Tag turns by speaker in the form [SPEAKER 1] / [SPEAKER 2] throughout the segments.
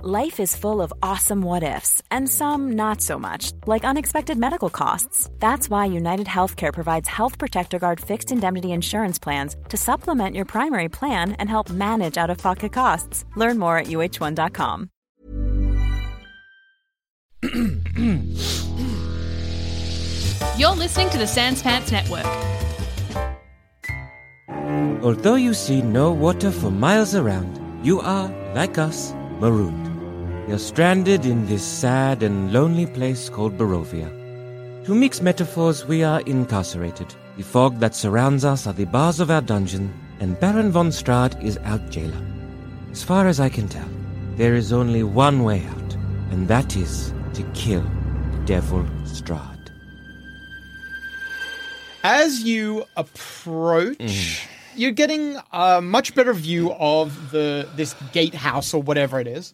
[SPEAKER 1] Life is full of awesome what ifs, and some not so much, like unexpected medical costs. That's why United Healthcare provides Health Protector Guard fixed indemnity insurance plans to supplement your primary plan and help manage out of pocket costs. Learn more at uh1.com.
[SPEAKER 2] You're listening to the Sans Pants Network.
[SPEAKER 3] Although you see no water for miles around, you are, like us, marooned. You're stranded in this sad and lonely place called Barovia. To mix metaphors, we are incarcerated. The fog that surrounds us are the bars of our dungeon, and Baron von Strad is our jailer. As far as I can tell, there is only one way out, and that is to kill Devil Strad.
[SPEAKER 4] As you approach,
[SPEAKER 5] Mm.
[SPEAKER 4] you're getting a much better view of the this gatehouse or whatever it is.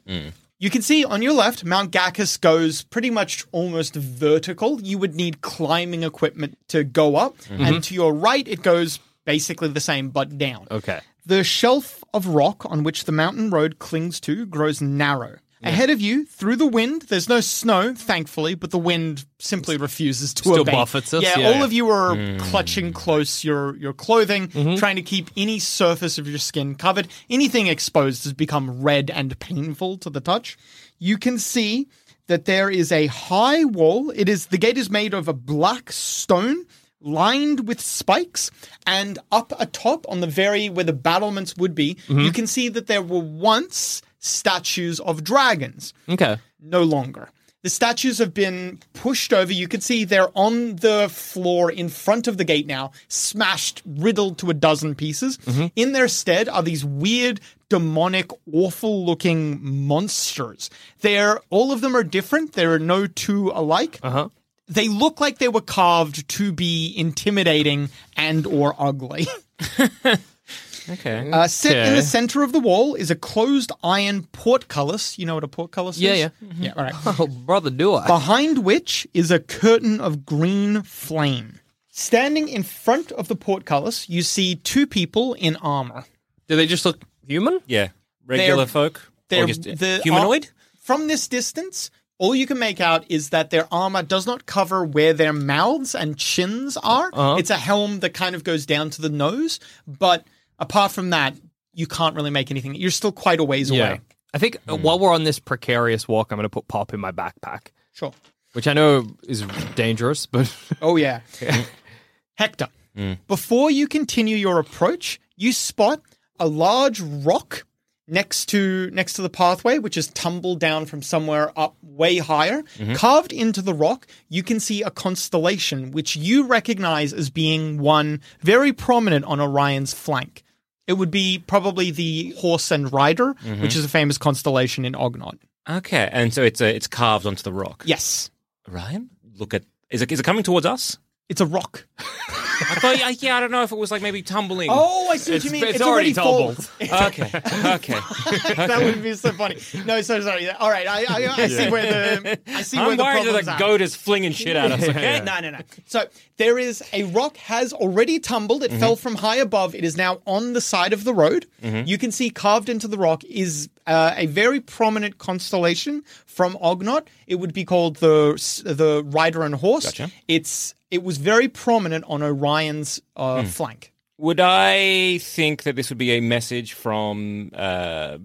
[SPEAKER 4] You can see on your left, Mount Gakus goes pretty much almost vertical. You would need climbing equipment to go up,
[SPEAKER 5] Mm-hmm.
[SPEAKER 4] and to your right, it goes basically the same but down.
[SPEAKER 5] Okay.
[SPEAKER 4] The shelf of rock on which the mountain road clings to grows narrow. Ahead of you, through the wind, there's no snow, thankfully, but the wind simply refuses to
[SPEAKER 5] Still
[SPEAKER 4] obey.
[SPEAKER 5] buffets us,
[SPEAKER 4] Yeah,
[SPEAKER 5] yeah, Mm.
[SPEAKER 4] all
[SPEAKER 5] yeah.
[SPEAKER 4] of you are clutching close your your clothing, trying to keep any surface of your skin covered. Anything exposed has become red and painful to the touch. You can see that there is a high wall. It is the gate is made of a black stone lined with spikes and up atop on the very where the battlements would be you can see that there were once statues of dragons
[SPEAKER 5] Okay.
[SPEAKER 4] no longer the statues have been pushed over you can see they're on the floor in front of the gate now smashed riddled to a dozen pieces in their stead are these weird demonic awful looking monsters they're all of them are different there are no two alike uh-huh they look like they were carved to be intimidating and or ugly.
[SPEAKER 5] Okay.
[SPEAKER 4] Uh, set in
[SPEAKER 5] Okay.
[SPEAKER 4] the center of the wall is a closed iron portcullis. You know what a portcullis
[SPEAKER 5] Yeah,
[SPEAKER 4] is? Mm-hmm.
[SPEAKER 5] yeah.
[SPEAKER 4] Yeah, all right.
[SPEAKER 5] oh, brother, do I?
[SPEAKER 4] Behind which is a curtain of green flame. Standing in front of the portcullis, you see two people in armor.
[SPEAKER 5] Do they just look human?
[SPEAKER 6] Yeah. Regular
[SPEAKER 4] They're-
[SPEAKER 6] folk.
[SPEAKER 4] They're
[SPEAKER 6] Or just, uh,
[SPEAKER 4] the-
[SPEAKER 6] humanoid?
[SPEAKER 4] ar- from this distance, all you can make out is that their armor does not cover where their mouths and chins are.
[SPEAKER 6] Uh-huh.
[SPEAKER 4] It's a helm that kind of goes down to the nose, but apart from that, you can't really make anything. You're still quite a ways away.
[SPEAKER 5] I think
[SPEAKER 6] Hmm.
[SPEAKER 5] uh, while we're on this precarious walk, I'm going to put Pop in my backpack,
[SPEAKER 4] Sure.
[SPEAKER 5] which I know is dangerous, but
[SPEAKER 4] Oh yeah. Hector,
[SPEAKER 6] Hmm.
[SPEAKER 4] before you continue your approach, you spot a large rock next to next to the pathway which is tumbled down from somewhere up way higher. Carved into the rock, you can see a constellation which you recognize as being one very prominent on Orion's flank. It would be probably the Horse and Rider, which is a famous constellation in Ognon.
[SPEAKER 6] Okay. And so it's a, it's carved onto the rock.
[SPEAKER 4] Yes.
[SPEAKER 6] Ryan, look at. Is it, is it coming towards us?
[SPEAKER 4] It's a rock.
[SPEAKER 6] I thought, yeah, yeah, I don't know if it was like maybe tumbling.
[SPEAKER 4] Oh, I see what
[SPEAKER 5] It's-
[SPEAKER 4] you mean.
[SPEAKER 5] it's already
[SPEAKER 4] full.
[SPEAKER 5] tumbled.
[SPEAKER 6] Okay. Okay.
[SPEAKER 4] that would be so funny. No, so sorry. All right, I, I, I see where the I see where
[SPEAKER 6] I'm
[SPEAKER 4] the
[SPEAKER 6] worried that
[SPEAKER 4] problems
[SPEAKER 6] the
[SPEAKER 4] are.
[SPEAKER 6] goat is flinging shit at us, okay?
[SPEAKER 4] No, no, no. So there is a rock has already tumbled.
[SPEAKER 6] Mm-hmm.
[SPEAKER 4] It fell from high above. It is now on the side of the road.
[SPEAKER 6] Mm-hmm.
[SPEAKER 4] You can see carved into the rock is uh, a very prominent constellation from Ognot. It would be called the the Rider and Horse. It's it was very prominent on Orion's uh,
[SPEAKER 6] Hmm.
[SPEAKER 4] flank.
[SPEAKER 6] Would I think that this would be a message from? Uh,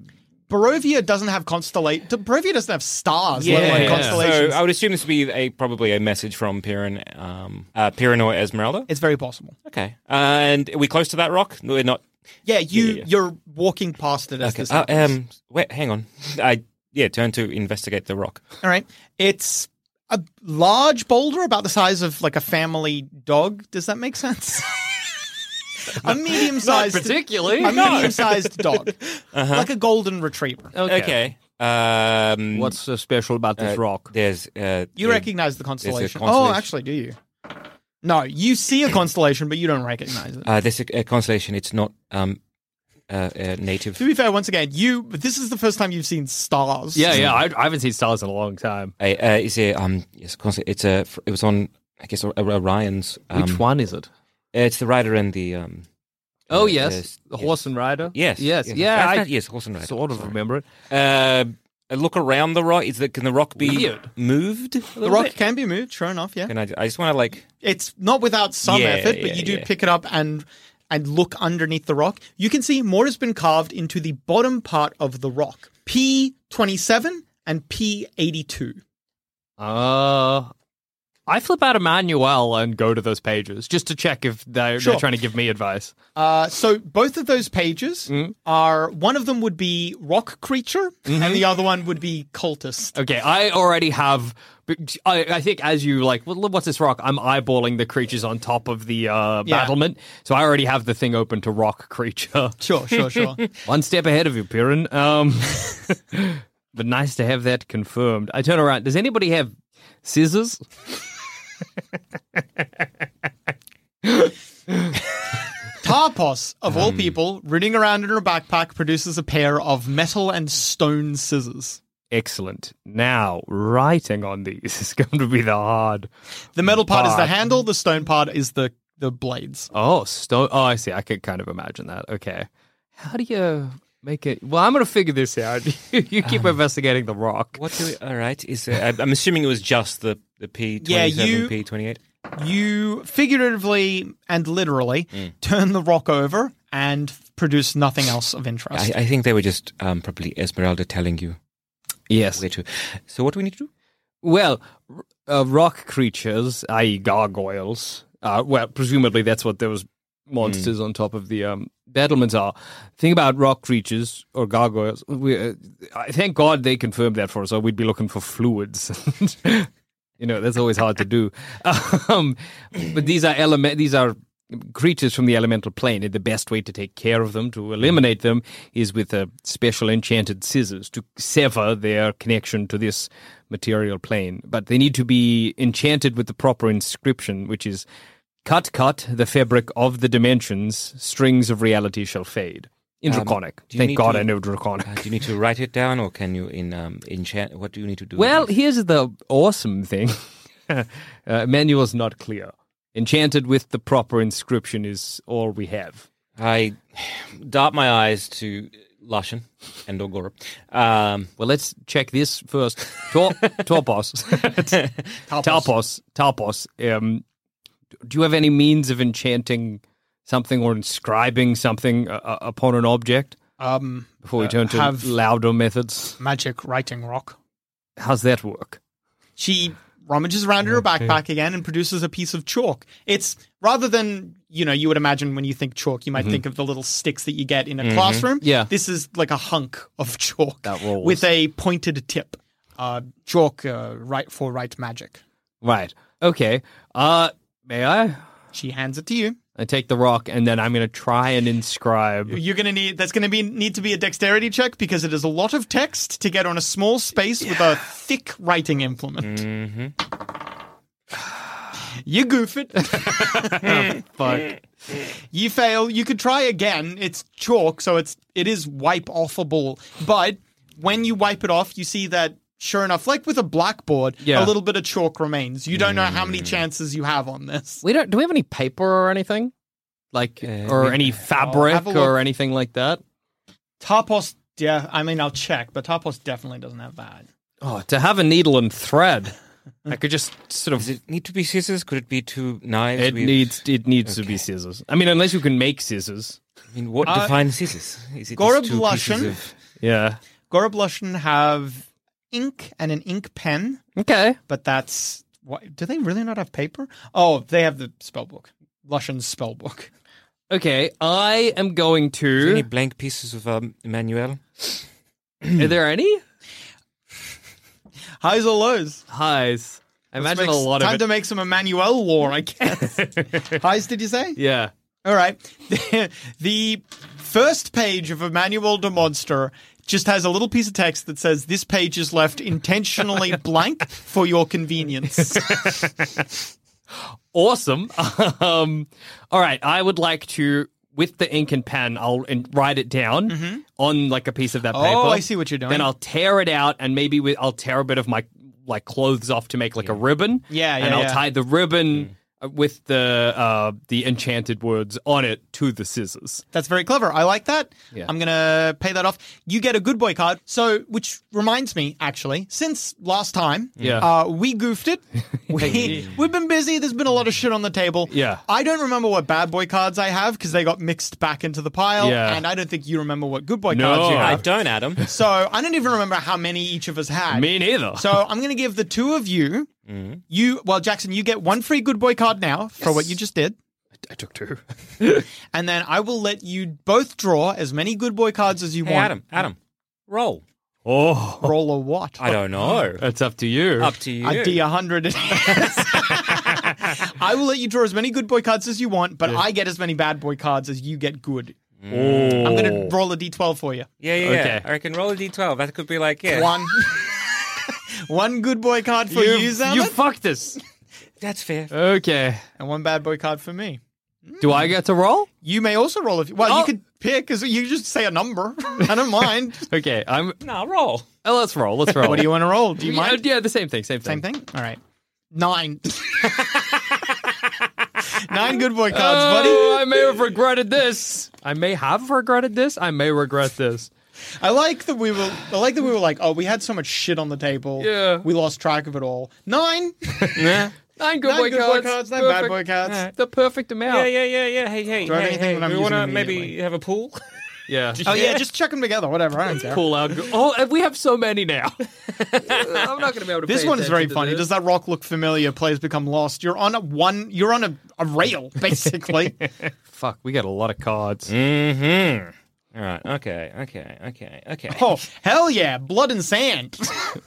[SPEAKER 4] Barovia doesn't have constellate. Barovia doesn't have stars, let alone
[SPEAKER 5] yeah.
[SPEAKER 4] constellations.
[SPEAKER 6] So I would assume this would be a probably a message from Piran, um, uh, Piran or Esmeralda.
[SPEAKER 4] it's very possible.
[SPEAKER 6] Okay, uh, and are we close to that rock? No, we're not.
[SPEAKER 4] Yeah, you
[SPEAKER 6] yeah, yeah.
[SPEAKER 4] you're walking past it as
[SPEAKER 6] Okay.
[SPEAKER 4] this
[SPEAKER 6] Uh,
[SPEAKER 4] happens.
[SPEAKER 6] um, wait, hang on. I yeah, turn to investigate the rock.
[SPEAKER 4] All right, it's a large boulder about the size of like a family dog. Does that make sense? a medium sized,
[SPEAKER 5] particularly. Uh-huh.
[SPEAKER 4] a medium sized dog, like a golden retriever.
[SPEAKER 6] Uh-huh. Okay. Um,
[SPEAKER 5] What's so special about this
[SPEAKER 6] uh,
[SPEAKER 5] rock?
[SPEAKER 6] There's uh,
[SPEAKER 4] You
[SPEAKER 6] there-
[SPEAKER 4] recognize the constellation. Oh,
[SPEAKER 6] constellation.
[SPEAKER 4] actually, do you? No, you see a constellation, but you don't recognize it.
[SPEAKER 6] Uh, there's a, a constellation. It's not um, uh, uh, native.
[SPEAKER 4] to be fair, once again, you. But this is the first time you've seen stars.
[SPEAKER 5] Yeah, yeah. I, I haven't seen stars in a long time.
[SPEAKER 6] I, uh, is a um, yes, const- it's a. It was on. I guess Or- Orion's. Um,
[SPEAKER 5] Which one is it?
[SPEAKER 6] It's the rider and the. Um,
[SPEAKER 5] Oh
[SPEAKER 6] uh,
[SPEAKER 5] yes,
[SPEAKER 6] yes,
[SPEAKER 5] the
[SPEAKER 6] yes.
[SPEAKER 5] horse and rider.
[SPEAKER 6] yes.
[SPEAKER 5] yes,
[SPEAKER 6] yes.
[SPEAKER 5] yeah.
[SPEAKER 6] That's
[SPEAKER 5] I
[SPEAKER 6] not- yes. Horse and rider.
[SPEAKER 5] sort of
[SPEAKER 6] sorry.
[SPEAKER 5] remember it.
[SPEAKER 6] Uh, a look around the rock. Is the, can the rock be
[SPEAKER 5] Weird.
[SPEAKER 6] moved? a
[SPEAKER 4] the
[SPEAKER 6] little
[SPEAKER 4] rock
[SPEAKER 6] bit?
[SPEAKER 4] can be moved. Sure enough, yeah.
[SPEAKER 6] Can I? I just want to like.
[SPEAKER 4] It's not without some
[SPEAKER 6] Yeah,
[SPEAKER 4] effort, but
[SPEAKER 6] yeah,
[SPEAKER 4] you do
[SPEAKER 6] yeah.
[SPEAKER 4] pick it up and and look underneath the rock. You can see more has been carved into the bottom part of the rock. P twenty seven and P eighty two.
[SPEAKER 5] Uh, I flip out a manual and go to those pages just to check if they're,
[SPEAKER 4] Sure.
[SPEAKER 5] they're trying to give me advice.
[SPEAKER 4] Uh, so both of those pages
[SPEAKER 6] Mm-hmm.
[SPEAKER 4] are one of them would be rock creature,
[SPEAKER 6] Mm-hmm.
[SPEAKER 4] and the other one would be cultist.
[SPEAKER 5] Okay, I already have. I, I think as you like, well, what's this rock? I'm eyeballing the creatures on top of the uh,
[SPEAKER 4] Yeah.
[SPEAKER 5] battlement, so I already have the thing open to rock creature.
[SPEAKER 4] Sure, sure, sure.
[SPEAKER 5] One step ahead of you, Piran. Um, but nice to have that confirmed. I turn around. Does anybody have scissors?
[SPEAKER 4] Tarpos, of
[SPEAKER 5] Um,
[SPEAKER 4] all people, rooting around in her backpack, produces a pair of metal and stone scissors.
[SPEAKER 5] Excellent. Now, writing on these is going to be the hard.
[SPEAKER 4] The metal part is the
[SPEAKER 5] But-
[SPEAKER 4] handle, the stone part is the, the blades.
[SPEAKER 5] Oh, stone. Oh, I see. I could kind of imagine that. Okay. How do you make it? Well, I'm going to figure this out. you keep investigating the rock.
[SPEAKER 6] Um, What do we, all right? Is uh, I- I'm assuming it was just the the P
[SPEAKER 4] Yeah,
[SPEAKER 6] twenty
[SPEAKER 4] you-
[SPEAKER 6] seven, P twenty eight.
[SPEAKER 4] You figuratively and literally turn the rock over and produce nothing else of
[SPEAKER 6] I,
[SPEAKER 4] interest.
[SPEAKER 6] I think they were just um, probably Esmeralda telling you
[SPEAKER 5] Yes.
[SPEAKER 6] where to. So what do we need to do?
[SPEAKER 5] Well, r- uh, rock creatures, i.e., gargoyles. Uh, well, presumably that's what those monsters
[SPEAKER 6] Hmm.
[SPEAKER 5] on top of the um, battlements are. Thing about rock creatures or gargoyles, we, uh, I thank God they confirmed that for us, or we'd be looking for fluids. you know, that's always hard to do. Um, but these are element; these are creatures from the elemental plane, and the best way to take care of them, to eliminate them, is with a special enchanted scissors to sever their connection to this material plane. But they need to be enchanted with the proper inscription, which is "Cut, cut the fabric of the dimensions; strings of reality shall fade." In
[SPEAKER 6] Um,
[SPEAKER 5] Draconic.
[SPEAKER 6] do you
[SPEAKER 5] Thank
[SPEAKER 6] need
[SPEAKER 5] God
[SPEAKER 6] to-
[SPEAKER 5] I know Draconic.
[SPEAKER 6] Uh, do you need to write it down, or can you in um, enchant? What do you need to do?
[SPEAKER 5] Well, here's the awesome thing. uh, manual's not clear. Enchanted with the proper inscription is all we have.
[SPEAKER 6] I dart my eyes to Lushan and Ogora. Um,
[SPEAKER 5] Well, let's check this first. Tor- Torpos. Tarpos. Tarpos. Um, do you have any means of enchanting something or inscribing something uh, uh, upon an object?
[SPEAKER 4] um,
[SPEAKER 5] Before we
[SPEAKER 4] Uh,
[SPEAKER 5] turn to
[SPEAKER 4] have-
[SPEAKER 5] louder methods,
[SPEAKER 4] magic writing rock.
[SPEAKER 5] how's that work?
[SPEAKER 4] she rummages around in her backpack again and produces a piece of chalk. It's rather than you know you would imagine when you think chalk, you might think of the little sticks that you get in a classroom.
[SPEAKER 5] Yeah.
[SPEAKER 4] this is like a hunk of chalk
[SPEAKER 5] That rolls.
[SPEAKER 4] with a pointed tip. Uh, chalk uh, right for right magic.
[SPEAKER 5] Right. Okay. Uh, may I?
[SPEAKER 4] She hands it to you.
[SPEAKER 5] I take the rock and then I'm going to try and inscribe.
[SPEAKER 4] You're gonna need that's gonna be need to be a dexterity check because it is a lot of text to get on a small space with a thick writing implement. You goof it. Oh, Fuck. You fail. You could try again. It's chalk, so it's it is wipe offable. But when you wipe it off, you see that sure enough, like with a blackboard,
[SPEAKER 5] Yeah.
[SPEAKER 4] a little bit of chalk remains. You don't know how many chances you have on this.
[SPEAKER 5] We don't. Do we have any paper or anything, like or any fabric
[SPEAKER 4] have a
[SPEAKER 5] or
[SPEAKER 4] look.
[SPEAKER 5] anything like that?
[SPEAKER 4] Tarpos, yeah, I mean I'll check, but Tarpos definitely doesn't have that.
[SPEAKER 5] Oh, to have a needle and thread, I could just sort
[SPEAKER 6] does
[SPEAKER 5] of.
[SPEAKER 6] it need to be scissors? Could it be two knives?
[SPEAKER 5] It
[SPEAKER 6] with-
[SPEAKER 5] needs. It needs to be scissors. I mean, unless you can make scissors.
[SPEAKER 6] I mean, what
[SPEAKER 4] Uh,
[SPEAKER 6] defines scissors? Is it
[SPEAKER 4] Gora
[SPEAKER 6] just two pieces
[SPEAKER 4] Blushan.
[SPEAKER 6] of-
[SPEAKER 5] Yeah.
[SPEAKER 4] Goroblushin have ink and an ink pen,
[SPEAKER 5] Okay.
[SPEAKER 4] but that's what do they really not have paper? Oh, they have the spell book. Lushan's spell book.
[SPEAKER 5] Okay. uh, I am going
[SPEAKER 6] Is there
[SPEAKER 5] to.
[SPEAKER 6] any blank pieces of um, manual?
[SPEAKER 5] Are there any
[SPEAKER 4] Highs or lows?
[SPEAKER 5] highs? I imagine a
[SPEAKER 4] Makes-
[SPEAKER 5] lot
[SPEAKER 4] time
[SPEAKER 5] of
[SPEAKER 4] to
[SPEAKER 5] it.
[SPEAKER 4] make some Emmanuel lore, I guess. Highs, did you say?
[SPEAKER 5] Yeah.
[SPEAKER 4] All right. the first page of Emmanuel de Monster just has a little piece of text that says, This page is left intentionally blank for your convenience.
[SPEAKER 5] awesome. um, all right, I would like to, with the ink and pen, I'll and write it down on like a piece of that
[SPEAKER 4] Mm-hmm. Oh,
[SPEAKER 5] paper.
[SPEAKER 4] I see what you're doing.
[SPEAKER 5] Then I'll tear it out, and maybe with, I'll tear a bit of my like clothes off to make like a ribbon.
[SPEAKER 4] Yeah, yeah,
[SPEAKER 5] And I'll
[SPEAKER 4] yeah. Mm.
[SPEAKER 5] tie the ribbon uh, with the uh, the enchanted words on it to the scissors.
[SPEAKER 4] That's very clever. I like that.
[SPEAKER 5] Yeah.
[SPEAKER 4] I'm going to pay that off. You get a good boy card. So, which reminds me, actually, since last time,
[SPEAKER 5] Yeah.
[SPEAKER 4] uh, we goofed it. We, we've been busy. There's been a lot of shit on the table.
[SPEAKER 5] Yeah.
[SPEAKER 4] I don't remember what bad boy cards I have because they got mixed back into the pile.
[SPEAKER 5] Yeah.
[SPEAKER 4] And I don't think you remember what good boy
[SPEAKER 5] No.
[SPEAKER 4] cards you
[SPEAKER 6] I
[SPEAKER 4] have.
[SPEAKER 6] don't, Adam.
[SPEAKER 4] So, I don't even remember how many each of us had.
[SPEAKER 5] Me neither.
[SPEAKER 4] So I'm going to give the two of you.
[SPEAKER 6] Mm.
[SPEAKER 4] You well, Jackson, you get one free good boy card now for what you just did,
[SPEAKER 5] I took two.
[SPEAKER 4] and then I will let you both draw as many good boy cards as you
[SPEAKER 6] Hey,
[SPEAKER 4] want.
[SPEAKER 6] Adam, Adam, roll.
[SPEAKER 5] Oh,
[SPEAKER 4] Roll a what?
[SPEAKER 6] I don't know.
[SPEAKER 5] that's up to you.
[SPEAKER 6] Up to you.
[SPEAKER 4] A D hundred. it is. I will let you draw as many good boy cards as you want, but I get as many bad boy cards as you get good. I'm going to roll a d12 for you.
[SPEAKER 6] Mm. Oh. Yeah, yeah, yeah.
[SPEAKER 5] Okay.
[SPEAKER 6] I reckon roll a d12. That could be like, yeah.
[SPEAKER 4] One. one good boy card for you,
[SPEAKER 5] you,
[SPEAKER 4] Zaman,
[SPEAKER 5] you fucked us.
[SPEAKER 6] That's fair.
[SPEAKER 5] Okay.
[SPEAKER 4] and one bad boy card for me.
[SPEAKER 5] Do I get to roll?
[SPEAKER 4] You may also roll if you. Well,
[SPEAKER 5] Oh.
[SPEAKER 4] you could pick. As, you just say a number. I don't mind.
[SPEAKER 5] Okay, I'm.
[SPEAKER 6] No, roll.
[SPEAKER 5] Oh, let's roll. Let's roll.
[SPEAKER 4] What do you want to roll? Do you
[SPEAKER 5] Yeah,
[SPEAKER 4] mind?
[SPEAKER 5] Yeah, the same thing. Same
[SPEAKER 4] Same
[SPEAKER 5] thing.
[SPEAKER 4] thing? All right. Nine. Nine good boy cards,
[SPEAKER 5] Oh, I may have regretted this. I may have regretted this. I may regret this.
[SPEAKER 4] buddy. I like that we were I like that we were like, oh, we had so much shit on the table.
[SPEAKER 5] Yeah.
[SPEAKER 4] We lost track of it all. Nine.
[SPEAKER 6] Yeah.
[SPEAKER 5] Nine good,
[SPEAKER 4] Nine
[SPEAKER 5] boy,
[SPEAKER 4] good boy
[SPEAKER 5] cards,
[SPEAKER 4] cards, nine bad boy
[SPEAKER 5] perfect-
[SPEAKER 4] cards.
[SPEAKER 5] Alright, The perfect
[SPEAKER 6] Yeah,
[SPEAKER 5] amount.
[SPEAKER 6] yeah, yeah, yeah. Hey, hey,
[SPEAKER 4] Do I have
[SPEAKER 6] hey,
[SPEAKER 4] anything
[SPEAKER 6] hey.
[SPEAKER 4] that I'm
[SPEAKER 6] we
[SPEAKER 4] using
[SPEAKER 6] wanna maybe
[SPEAKER 4] immediately?
[SPEAKER 6] have a pool?
[SPEAKER 5] yeah.
[SPEAKER 4] Oh yeah, just check them together, whatever. I don't care.
[SPEAKER 5] Pull out. go- Oh, and we have so many now. I'm not going to be able to.
[SPEAKER 4] This
[SPEAKER 5] pay
[SPEAKER 4] one is very
[SPEAKER 5] attention to
[SPEAKER 4] funny.
[SPEAKER 5] this.
[SPEAKER 4] Does that rock look familiar? Players become lost. You're on a one you're on a, a rail, basically.
[SPEAKER 5] Fuck, we got a lot of cards.
[SPEAKER 6] Mm-hmm. All right. Okay. Okay. Okay. Okay.
[SPEAKER 4] oh, hell yeah. Blood and sand.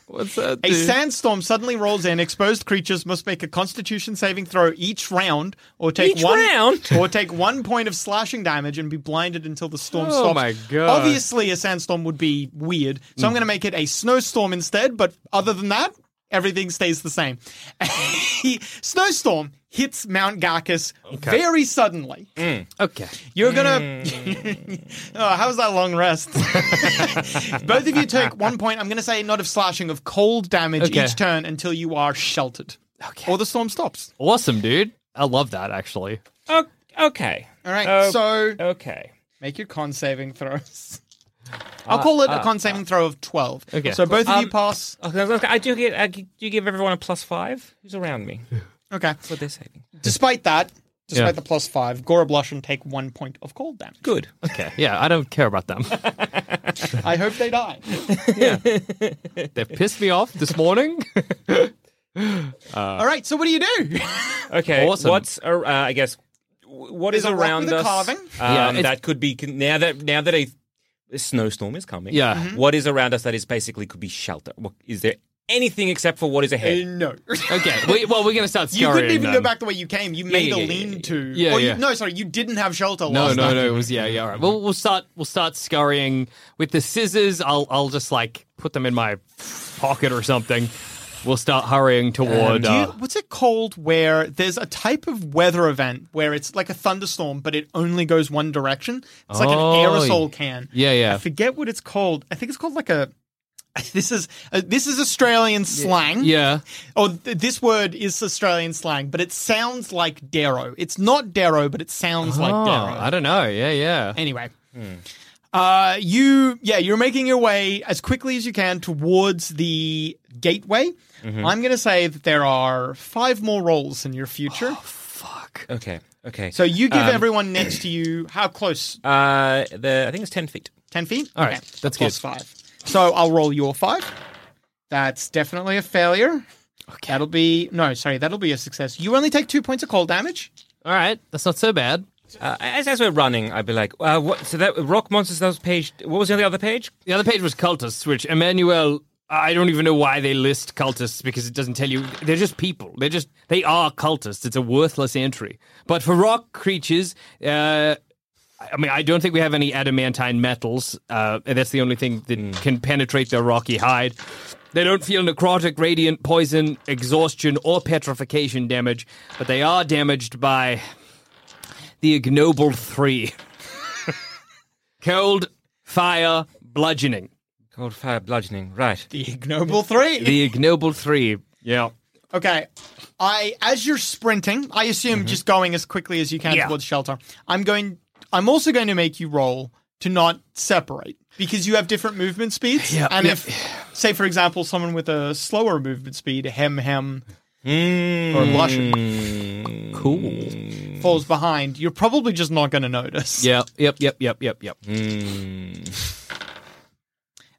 [SPEAKER 5] What's that?
[SPEAKER 4] A
[SPEAKER 5] dude?
[SPEAKER 4] sandstorm suddenly rolls in. Exposed creatures must make a Constitution saving throw each round, or take
[SPEAKER 6] Each
[SPEAKER 4] one,
[SPEAKER 6] round?
[SPEAKER 4] or take one point of slashing damage and be blinded until the storm
[SPEAKER 5] Oh
[SPEAKER 4] stops.
[SPEAKER 5] my God. Mm.
[SPEAKER 4] Obviously, a sandstorm would be weird, so I'm going to make it a snowstorm instead. But other than that, everything stays the same. A snowstorm hits Mount Garkus very suddenly.
[SPEAKER 5] Okay.
[SPEAKER 4] You're gonna.
[SPEAKER 5] Mm.
[SPEAKER 4] oh, how's that long rest? Mm. Both of you take one point. I'm gonna say not of slashing of cold damage
[SPEAKER 5] Okay.
[SPEAKER 4] each turn until you are sheltered, okay. or the storm stops.
[SPEAKER 5] Awesome, dude. I love that actually.
[SPEAKER 6] O- okay.
[SPEAKER 4] All right.
[SPEAKER 6] Oh,
[SPEAKER 4] so
[SPEAKER 6] okay.
[SPEAKER 4] make your con saving throws. I'll call it a con saving throw of twelve.
[SPEAKER 5] Okay.
[SPEAKER 4] So both of you
[SPEAKER 6] Ah, Um,
[SPEAKER 4] pass.
[SPEAKER 6] Okay, okay, I do get. I g do you give everyone a plus five? Who's around me?
[SPEAKER 4] Okay.
[SPEAKER 6] What they're saving.
[SPEAKER 4] Despite that, despite
[SPEAKER 5] Yeah.
[SPEAKER 4] the plus five, Gora Blush and take one point of cold damage.
[SPEAKER 6] Good.
[SPEAKER 5] Okay. Yeah, I don't care about them.
[SPEAKER 4] I hope they die.
[SPEAKER 5] they pissed me off this morning.
[SPEAKER 4] All right. So what do you do?
[SPEAKER 6] Okay.
[SPEAKER 5] Awesome.
[SPEAKER 6] What's ar- uh, I guess w- what is
[SPEAKER 4] There's a rock
[SPEAKER 6] around
[SPEAKER 4] with a
[SPEAKER 6] us?
[SPEAKER 4] carving.
[SPEAKER 6] Um,
[SPEAKER 5] Yeah, it's-
[SPEAKER 6] that could be con- now that now that a, a snowstorm is coming.
[SPEAKER 5] Yeah.
[SPEAKER 4] Mm-hmm.
[SPEAKER 5] Mhm.
[SPEAKER 6] What is around us that is basically could be shelter? What, is there anything except for what is
[SPEAKER 4] Uh,
[SPEAKER 6] ahead?
[SPEAKER 4] no.
[SPEAKER 5] Okay. We, well, we're gonna start.
[SPEAKER 4] You couldn't
[SPEAKER 5] scurrying
[SPEAKER 4] even
[SPEAKER 5] then.
[SPEAKER 4] go back the way you came. You made
[SPEAKER 6] yeah, yeah,
[SPEAKER 4] a lean to.
[SPEAKER 5] yeah. Yeah,
[SPEAKER 4] or you,
[SPEAKER 5] yeah.
[SPEAKER 4] No, sorry, you didn't have shelter.
[SPEAKER 5] No,
[SPEAKER 4] last
[SPEAKER 5] no,
[SPEAKER 4] time.
[SPEAKER 5] no. It was yeah, yeah. All right. Well, we'll start. We'll start scurrying with the scissors. I'll I'll just like put them in my pocket or something. We'll start hurrying toward.
[SPEAKER 4] Um, Do you,
[SPEAKER 5] Uh,
[SPEAKER 4] what's it called where there's a type of weather event where it's like a thunderstorm, but it only goes one direction? It's like an
[SPEAKER 5] Oh,
[SPEAKER 4] aerosol can.
[SPEAKER 5] yeah, yeah.
[SPEAKER 4] I forget what it's called. I think it's called like a. This is uh, this is Australian slang.
[SPEAKER 5] yeah.
[SPEAKER 4] Or th- this word is Australian slang, but it sounds like Darrow. It's not Darrow, but it sounds like
[SPEAKER 5] Oh,
[SPEAKER 4] Darrow.
[SPEAKER 5] I don't know. Yeah, yeah.
[SPEAKER 4] Anyway. Uh, you yeah, you're making your way as quickly as you can towards the gateway.
[SPEAKER 6] Mm-hmm.
[SPEAKER 4] I'm going to say that there are five more rolls in your future.
[SPEAKER 6] Oh, Okay. Okay. Um,
[SPEAKER 4] so you give everyone next to you how close?
[SPEAKER 6] uh, the I think it's ten feet.
[SPEAKER 4] Ten feet.
[SPEAKER 5] All right, that's
[SPEAKER 4] plus
[SPEAKER 5] good.
[SPEAKER 4] five. So I'll roll your five. That's definitely a failure. Okay. That'll be no, sorry, that'll be a success. You only take two points of cold damage.
[SPEAKER 5] All right. That's not so bad.
[SPEAKER 6] Uh, as as we're running, I'd be like, uh, what? So that rock monsters. That was page. What was the other page?
[SPEAKER 5] The other page was cultists, which Emmanuel. I don't even know why they list cultists because it doesn't tell you. They're just people. They're just they are cultists. It's a worthless entry. But for rock creatures, uh, I mean, I don't think we have any adamantine metals. Uh, and that's the only thing that can penetrate their rocky hide. They don't feel necrotic, radiant, poison, exhaustion, or petrification damage, but they are damaged by the ignoble three cold, fire, bludgeoning.
[SPEAKER 3] Cold fire bludgeoning. Right.
[SPEAKER 4] The ignoble three.
[SPEAKER 5] The ignoble three. Yeah.
[SPEAKER 4] Okay. I as you're sprinting, I assume just going as quickly as you can
[SPEAKER 5] Mm-hmm. Yeah.
[SPEAKER 4] towards shelter. I'm going I'm also going to make you roll to not separate because you have different movement speeds.
[SPEAKER 5] Yeah,
[SPEAKER 4] and
[SPEAKER 5] yeah.
[SPEAKER 4] if say for example someone with a slower movement speed, hem hem or
[SPEAKER 5] Mm.
[SPEAKER 4] blushing
[SPEAKER 5] Cool.
[SPEAKER 4] falls behind, you're probably just not going to notice.
[SPEAKER 5] Yep, yep, yep, yep, yep, yep.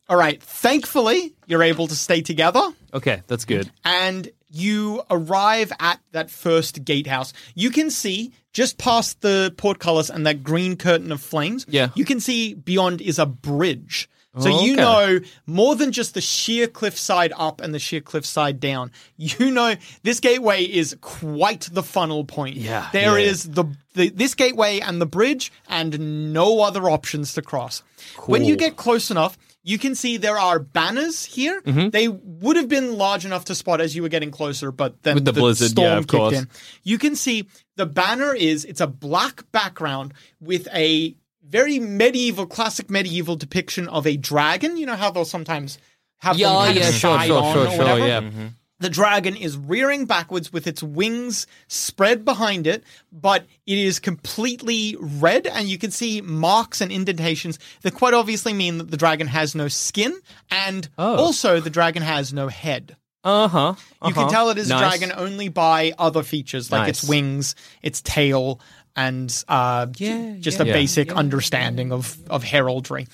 [SPEAKER 4] All right. Thankfully, you're able to stay together.
[SPEAKER 5] Okay, that's good.
[SPEAKER 4] and you arrive at that first gatehouse. You can see just past the portcullis and that green curtain of flames.
[SPEAKER 5] Yeah.
[SPEAKER 4] You can see beyond is a bridge. So
[SPEAKER 5] Oh,
[SPEAKER 4] you
[SPEAKER 5] okay.
[SPEAKER 4] know more than just the sheer cliff side up and the sheer cliff side down. You know this gateway is quite the funnel point.
[SPEAKER 5] Yeah,
[SPEAKER 4] There
[SPEAKER 5] yeah.
[SPEAKER 4] is the, the this gateway and the bridge and no other options to cross. When you
[SPEAKER 5] Cool.
[SPEAKER 4] get close enough, you can see there are banners here.
[SPEAKER 5] Mm-hmm.
[SPEAKER 4] They would have been large enough to spot as you were getting closer, but then
[SPEAKER 5] With the blizzard,
[SPEAKER 4] storm
[SPEAKER 5] yeah, of
[SPEAKER 4] kicked
[SPEAKER 5] course.
[SPEAKER 4] in. You can see the banner is it's a black background with a very medieval, classic medieval depiction of a dragon. You know how they'll sometimes have them kind of side on or whatever?
[SPEAKER 6] Mm-hmm.
[SPEAKER 4] The dragon is rearing backwards with its wings spread behind it, but it is completely red, and you can see marks and indentations that quite obviously mean that the dragon has no skin, and also the dragon has no head.
[SPEAKER 5] Uh huh.
[SPEAKER 4] You can tell it is
[SPEAKER 5] Nice.
[SPEAKER 4] a dragon only by other features like its
[SPEAKER 5] Nice.
[SPEAKER 4] wings, its tail, and uh, j- just a
[SPEAKER 5] yeah,
[SPEAKER 4] basic understanding of, of heraldry.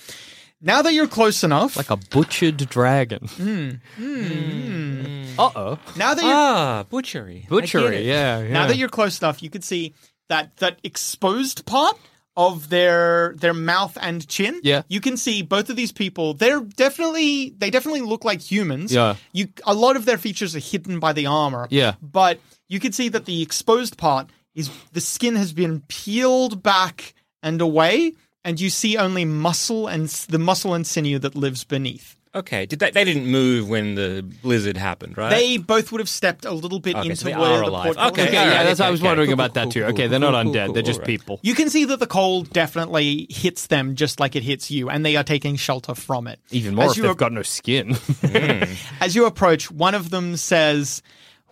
[SPEAKER 4] Now that you're close enough,
[SPEAKER 5] a butchered dragon.
[SPEAKER 4] hmm.
[SPEAKER 6] Mm.
[SPEAKER 5] Uh oh.
[SPEAKER 4] now that you're
[SPEAKER 6] Ah, butchery.
[SPEAKER 5] Butchery, yeah, yeah.
[SPEAKER 4] Now that you're close enough, you can see that that exposed part of their their mouth and chin.
[SPEAKER 5] Yeah.
[SPEAKER 4] you can see both of these people. They're definitely they definitely look like humans.
[SPEAKER 5] Yeah.
[SPEAKER 4] you a lot of their features are hidden by the armor.
[SPEAKER 5] Yeah.
[SPEAKER 4] but you can see that the exposed part is the skin has been peeled back and away, and you see only muscle and s- the muscle and sinew that lives beneath.
[SPEAKER 6] Okay. Did they, they didn't move when the blizzard happened, right?
[SPEAKER 4] They both would have stepped a little bit
[SPEAKER 6] Okay, so
[SPEAKER 4] into
[SPEAKER 6] they
[SPEAKER 4] where
[SPEAKER 6] are
[SPEAKER 4] the
[SPEAKER 6] alive.
[SPEAKER 4] portcullis
[SPEAKER 6] Okay,
[SPEAKER 4] is.
[SPEAKER 5] Okay, yeah,
[SPEAKER 6] alright,
[SPEAKER 5] that's I
[SPEAKER 6] okay,
[SPEAKER 5] was
[SPEAKER 6] okay.
[SPEAKER 5] wondering
[SPEAKER 6] Cool,
[SPEAKER 5] about
[SPEAKER 6] cool,
[SPEAKER 5] that too.
[SPEAKER 6] cool,
[SPEAKER 5] okay,
[SPEAKER 6] cool,
[SPEAKER 5] they're not
[SPEAKER 6] cool,
[SPEAKER 5] undead;
[SPEAKER 6] cool,
[SPEAKER 5] they're just
[SPEAKER 6] alright.
[SPEAKER 5] people.
[SPEAKER 4] You can see that the cold definitely hits them just like it hits you, and they are taking shelter from it.
[SPEAKER 5] Even more
[SPEAKER 4] as
[SPEAKER 5] if
[SPEAKER 4] you Mm.
[SPEAKER 5] they've
[SPEAKER 4] ap-
[SPEAKER 5] got no skin.
[SPEAKER 6] Hmm.
[SPEAKER 4] As you approach, one of them says,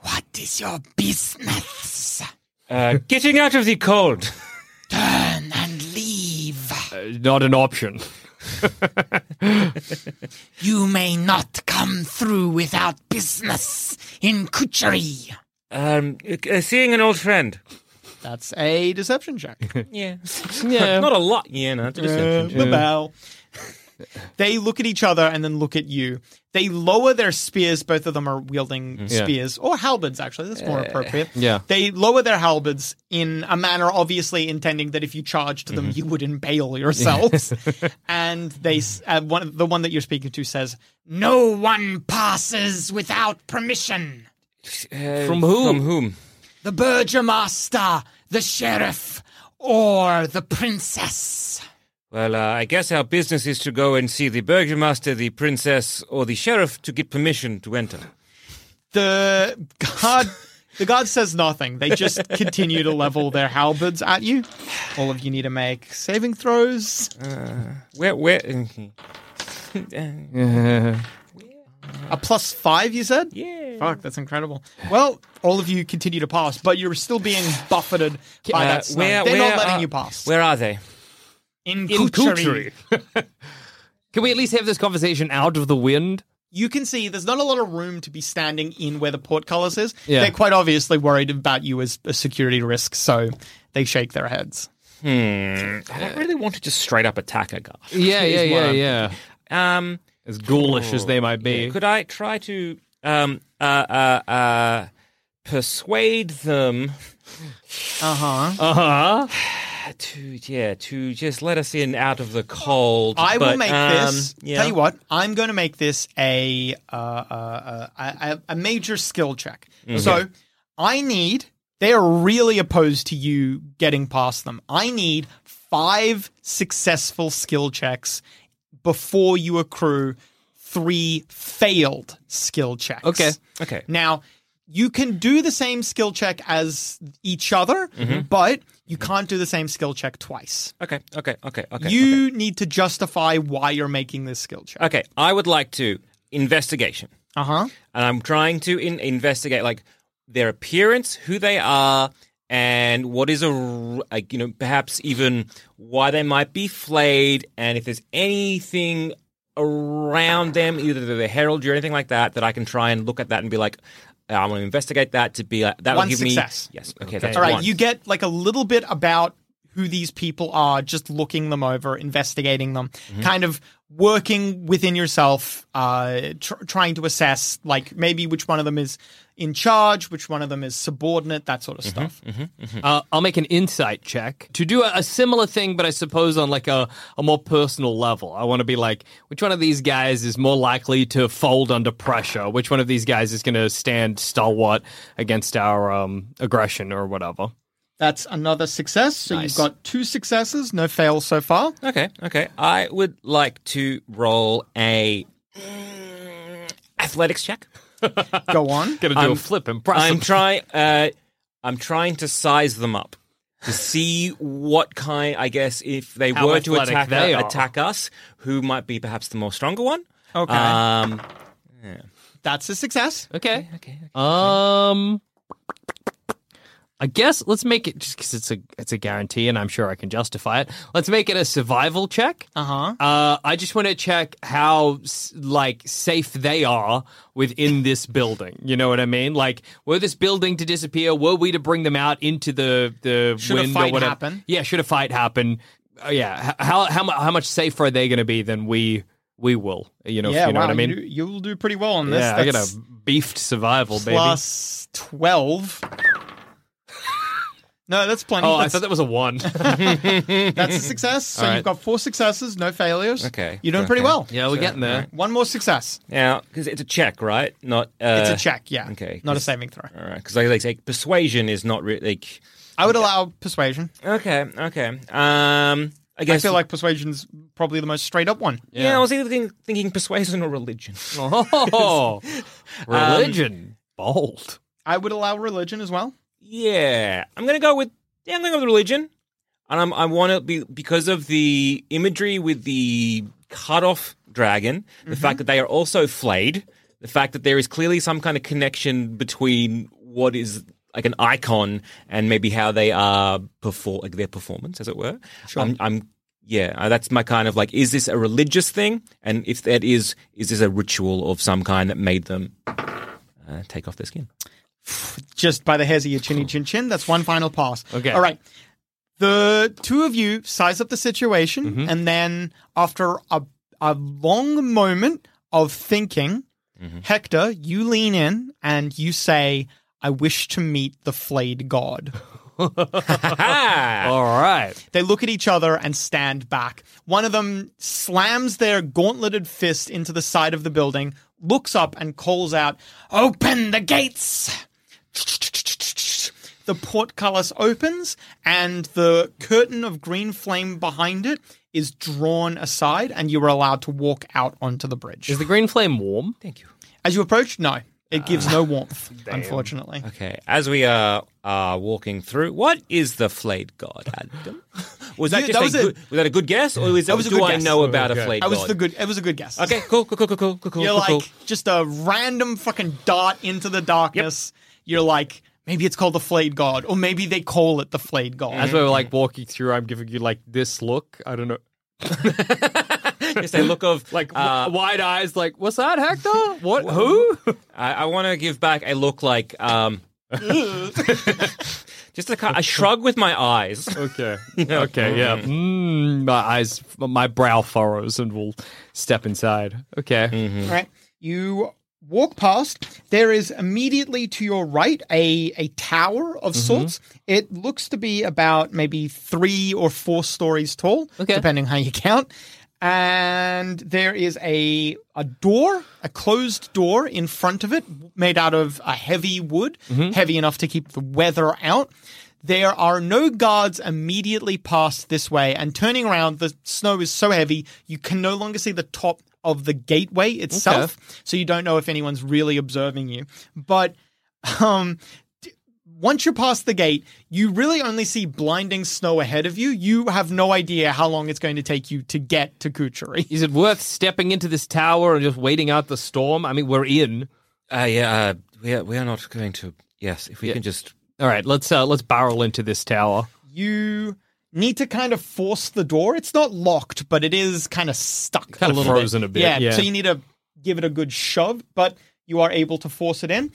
[SPEAKER 4] What is your business?
[SPEAKER 6] uh, getting out of the cold.
[SPEAKER 4] Turn and leave.
[SPEAKER 5] Uh, not an option.
[SPEAKER 4] You may not come through without business in Kuchari.
[SPEAKER 6] Um, uh, seeing an old friend.
[SPEAKER 4] That's a deception check. Uh,
[SPEAKER 6] Yeah.
[SPEAKER 5] Yeah.
[SPEAKER 6] Not a lot. Yeah, no, it's a deception.
[SPEAKER 4] The bell. they look at each other and then look at you. They lower their spears. Both of them are wielding
[SPEAKER 6] Mm.
[SPEAKER 4] spears or halberds, actually. That's more appropriate.
[SPEAKER 5] yeah.
[SPEAKER 4] They lower their halberds in a manner obviously intending that if you charged them,
[SPEAKER 5] Mm-hmm.
[SPEAKER 4] you would impale yourselves. and they, s- uh, one, the one that you're speaking to says, "No one passes without permission."
[SPEAKER 5] From who?
[SPEAKER 6] From Um, whom?
[SPEAKER 4] The burgomaster, the sheriff, or the princess.
[SPEAKER 6] Well, uh, I guess our business is to go and see the burgomaster, the princess, or the sheriff to get permission to enter.
[SPEAKER 4] the guard the guard says nothing. They just continue to level their halberds at you. All of you need to make saving throws.
[SPEAKER 6] Uh, Where? Where?
[SPEAKER 4] A plus five, you said?
[SPEAKER 6] Yeah.
[SPEAKER 4] Fuck, that's incredible. Well, all of you continue to pass, but you're still being buffeted by
[SPEAKER 6] Uh,
[SPEAKER 4] that snow. They're not letting
[SPEAKER 6] are-
[SPEAKER 4] you pass.
[SPEAKER 6] Where uh, are they?
[SPEAKER 4] in Kuchari.
[SPEAKER 5] Kuchari. Can we at least have this conversation out of the wind?
[SPEAKER 4] You can see there's not a lot of room to be standing in where the portcullis is.
[SPEAKER 5] Yeah.
[SPEAKER 4] They're quite obviously worried about you as a security risk, so they shake their heads.
[SPEAKER 6] I really want to just straight up attack a guard.
[SPEAKER 5] Yeah, yeah,
[SPEAKER 6] what
[SPEAKER 5] yeah,
[SPEAKER 6] I'm
[SPEAKER 5] yeah.
[SPEAKER 6] Um,
[SPEAKER 5] As ghoulish as they might be.
[SPEAKER 6] could I try to um uh uh uh persuade them
[SPEAKER 4] Uh-huh.
[SPEAKER 5] Uh huh.
[SPEAKER 6] to yeah to just let us in out of the cold?
[SPEAKER 4] I will
[SPEAKER 6] but,
[SPEAKER 4] make
[SPEAKER 6] um,
[SPEAKER 4] this.
[SPEAKER 6] Yeah.
[SPEAKER 4] Tell you what, I'm going to make this a uh, uh, uh, a, a major skill check.
[SPEAKER 6] Mm-hmm.
[SPEAKER 4] So I need. They are really opposed to you getting past them. I need five successful skill checks before you accrue three failed skill checks.
[SPEAKER 5] Okay.
[SPEAKER 6] Okay.
[SPEAKER 4] Now, you can do the same skill check as each other, but you can't do the same skill check twice.
[SPEAKER 6] Mm-hmm. Okay. Okay. Okay. Okay.
[SPEAKER 4] you need to justify why you're making this skill check.
[SPEAKER 6] Okay. okay. I would like to investigation.
[SPEAKER 4] Uh huh.
[SPEAKER 6] and I'm trying to in- investigate like their appearance, who they are, and what is a r- like you know perhaps even why they might be flayed, and if there's anything around them, either the heraldry or anything like that, that I can try and look at that and be like, I want to investigate that to be like that
[SPEAKER 4] One
[SPEAKER 6] will give
[SPEAKER 4] success.
[SPEAKER 6] me yes, okay, that's
[SPEAKER 4] All right,
[SPEAKER 6] one.
[SPEAKER 4] you get like a little bit about who these people are, just looking them over, investigating them,
[SPEAKER 6] Mm-hmm.
[SPEAKER 4] kind of working within yourself, uh, tr- trying to assess like maybe which one of them is in charge, which one of them is subordinate, that sort of
[SPEAKER 6] Mm-hmm.
[SPEAKER 4] stuff.
[SPEAKER 5] Uh, I'll make an insight check to do a, a similar thing, but I suppose on like a, a more personal level. I want to be like, which one of these guys is more likely to fold under pressure? Which one of these guys is going to stand stalwart against our um, aggression or whatever?
[SPEAKER 4] That's another success. So you've got two successes, no fails so far.
[SPEAKER 6] okay, okay. I would like to roll a mm, athletics check.
[SPEAKER 4] Go on.
[SPEAKER 5] Going to do a flip and press
[SPEAKER 6] I'm
[SPEAKER 5] him.
[SPEAKER 6] trying. Uh, I'm trying to size them up to see what kind. I guess if they
[SPEAKER 5] How
[SPEAKER 6] were to
[SPEAKER 5] athletic
[SPEAKER 6] attack
[SPEAKER 5] they are.
[SPEAKER 6] attack us, who might be perhaps the more stronger one?
[SPEAKER 4] Okay.
[SPEAKER 6] Um,
[SPEAKER 4] That's a success.
[SPEAKER 5] Okay. Okay. Um, I guess let's make it just because it's a it's a guarantee, and I'm sure I can justify it. Let's make it a survival check.
[SPEAKER 4] Uh-huh.
[SPEAKER 5] Uh, I just want to check how s- like safe they are within this building. You know what I mean? Like, were this building to disappear? Were we to bring them out into the the
[SPEAKER 4] Should a
[SPEAKER 5] wind
[SPEAKER 4] fight
[SPEAKER 5] or whatever?
[SPEAKER 4] happen?
[SPEAKER 5] Yeah, should a fight happen? Uh, yeah. H- How how mu- how much safer are they going to be than we we will? You know, if you know what I mean?
[SPEAKER 4] You, do- you'll do pretty well on this.
[SPEAKER 5] yeah, I got
[SPEAKER 4] That's
[SPEAKER 5] a beefed survival, baby.
[SPEAKER 4] plus 12. no, that's plenty.
[SPEAKER 5] Oh, I
[SPEAKER 4] that's,
[SPEAKER 5] thought that was a one.
[SPEAKER 4] that's a success. So
[SPEAKER 5] All right.
[SPEAKER 4] you've got four successes, no failures.
[SPEAKER 6] Okay,
[SPEAKER 4] You're doing pretty
[SPEAKER 6] okay.
[SPEAKER 4] well.
[SPEAKER 5] yeah, we're getting there.
[SPEAKER 4] One more success.
[SPEAKER 6] now, because it's a check, right? Not uh,
[SPEAKER 4] It's a check, yeah.
[SPEAKER 6] okay,
[SPEAKER 4] Not a
[SPEAKER 6] 'cause-
[SPEAKER 4] saving throw.
[SPEAKER 6] All right, because like, like, like persuasion is not really like.
[SPEAKER 4] I would allow persuasion.
[SPEAKER 6] Okay, okay. Um, I guess
[SPEAKER 4] I feel like persuasion's probably the most straight up one.
[SPEAKER 6] yeah. I was either thinking, thinking persuasion or religion.
[SPEAKER 5] Oh,
[SPEAKER 6] Um,
[SPEAKER 5] religion. Bold.
[SPEAKER 4] I would allow religion as well.
[SPEAKER 6] Yeah, I'm gonna go with yeah, I'm gonna go with religion, and I'm, I want to be because of the imagery with the cut off dragon, the fact that they are also flayed, the fact that there is clearly some kind of connection between what is like an icon and maybe how they are perform like their performance, as it were. Sure. I'm, I'm yeah, uh, that's my kind of like, is this a religious thing? And if that is, is this a ritual of some kind that made them uh, take off their skin?
[SPEAKER 4] just by the hairs of your chinny chin chin. That's one final pass.
[SPEAKER 5] Okay.
[SPEAKER 4] All right. The two of you size up the situation, and then after a, a long moment of thinking, Hector, you lean in and you say, I wish to meet the flayed god.
[SPEAKER 5] All right.
[SPEAKER 4] They look at each other and stand back. One of them slams their gauntleted fist into the side of the building, looks up and calls out, Open the gates! The portcullis opens and the curtain of green flame behind it is drawn aside, and you are allowed to walk out onto the bridge.
[SPEAKER 5] Is the green flame warm? Ah. Thank you.
[SPEAKER 4] As you approach, no, it gives no warmth, unfortunately.
[SPEAKER 6] Okay, as we are are walking through, what is the flayed god, Adam? Was that
[SPEAKER 4] You-
[SPEAKER 6] just
[SPEAKER 4] that
[SPEAKER 6] a
[SPEAKER 4] was a-
[SPEAKER 6] good, was that a good guess, or was that,
[SPEAKER 4] was a
[SPEAKER 6] do
[SPEAKER 4] good
[SPEAKER 6] I
[SPEAKER 4] guess.
[SPEAKER 6] know about a flayed
[SPEAKER 4] That was
[SPEAKER 6] god?
[SPEAKER 4] the good. It was a good guess.
[SPEAKER 6] Okay, cool, cool, cool, cool, cool, cool, cool.
[SPEAKER 4] You're
[SPEAKER 6] cool.
[SPEAKER 4] like just a random fucking dot into the darkness. You're like, maybe it's called the Flayed God, or maybe they call it the Flayed God.
[SPEAKER 5] As we were like walking through, I'm giving you like this look. I don't know.
[SPEAKER 6] just a look of uh,
[SPEAKER 5] Like
[SPEAKER 6] like.
[SPEAKER 5] w- wide eyes, like, what's that, Hector? What? Who?
[SPEAKER 6] I, I want to give back a look like um, just a, ki- a shrug with my eyes.
[SPEAKER 5] okay. Okay. Yeah.
[SPEAKER 6] Mm-hmm.
[SPEAKER 5] Mm, my eyes, my brow furrows and we'll step inside. Okay.
[SPEAKER 6] Mm-hmm.
[SPEAKER 4] right? You walk past. There is immediately to your right a a tower of sorts. It looks to be about maybe three or four stories tall,
[SPEAKER 5] Okay.
[SPEAKER 4] depending how you count. And there is a a door, a closed door in front of it, made out of a heavy wood, heavy enough to keep the weather out. There are no guards immediately past this way, and turning around, the snow is so heavy you can no longer see the top of the gateway itself. So you don't know if anyone's really observing you. But um, once you're past the gate, you really only see blinding snow ahead of you. You have no idea how long it's going to take you to get to Kuchari.
[SPEAKER 5] Is it worth stepping into this tower and just waiting out the storm? I mean, we're in.
[SPEAKER 6] Uh, yeah, uh, we are, we are not going to. Yes, if we can just.
[SPEAKER 5] All right, let's uh, let's barrel into this tower.
[SPEAKER 4] You need to kind of force the door. It's not locked, but it is kind of stuck, a
[SPEAKER 5] Kind of
[SPEAKER 4] little bit.
[SPEAKER 5] frozen a bit,
[SPEAKER 4] Yeah,
[SPEAKER 5] yeah.
[SPEAKER 4] so you need to give it a good shove, but you are able to force it in.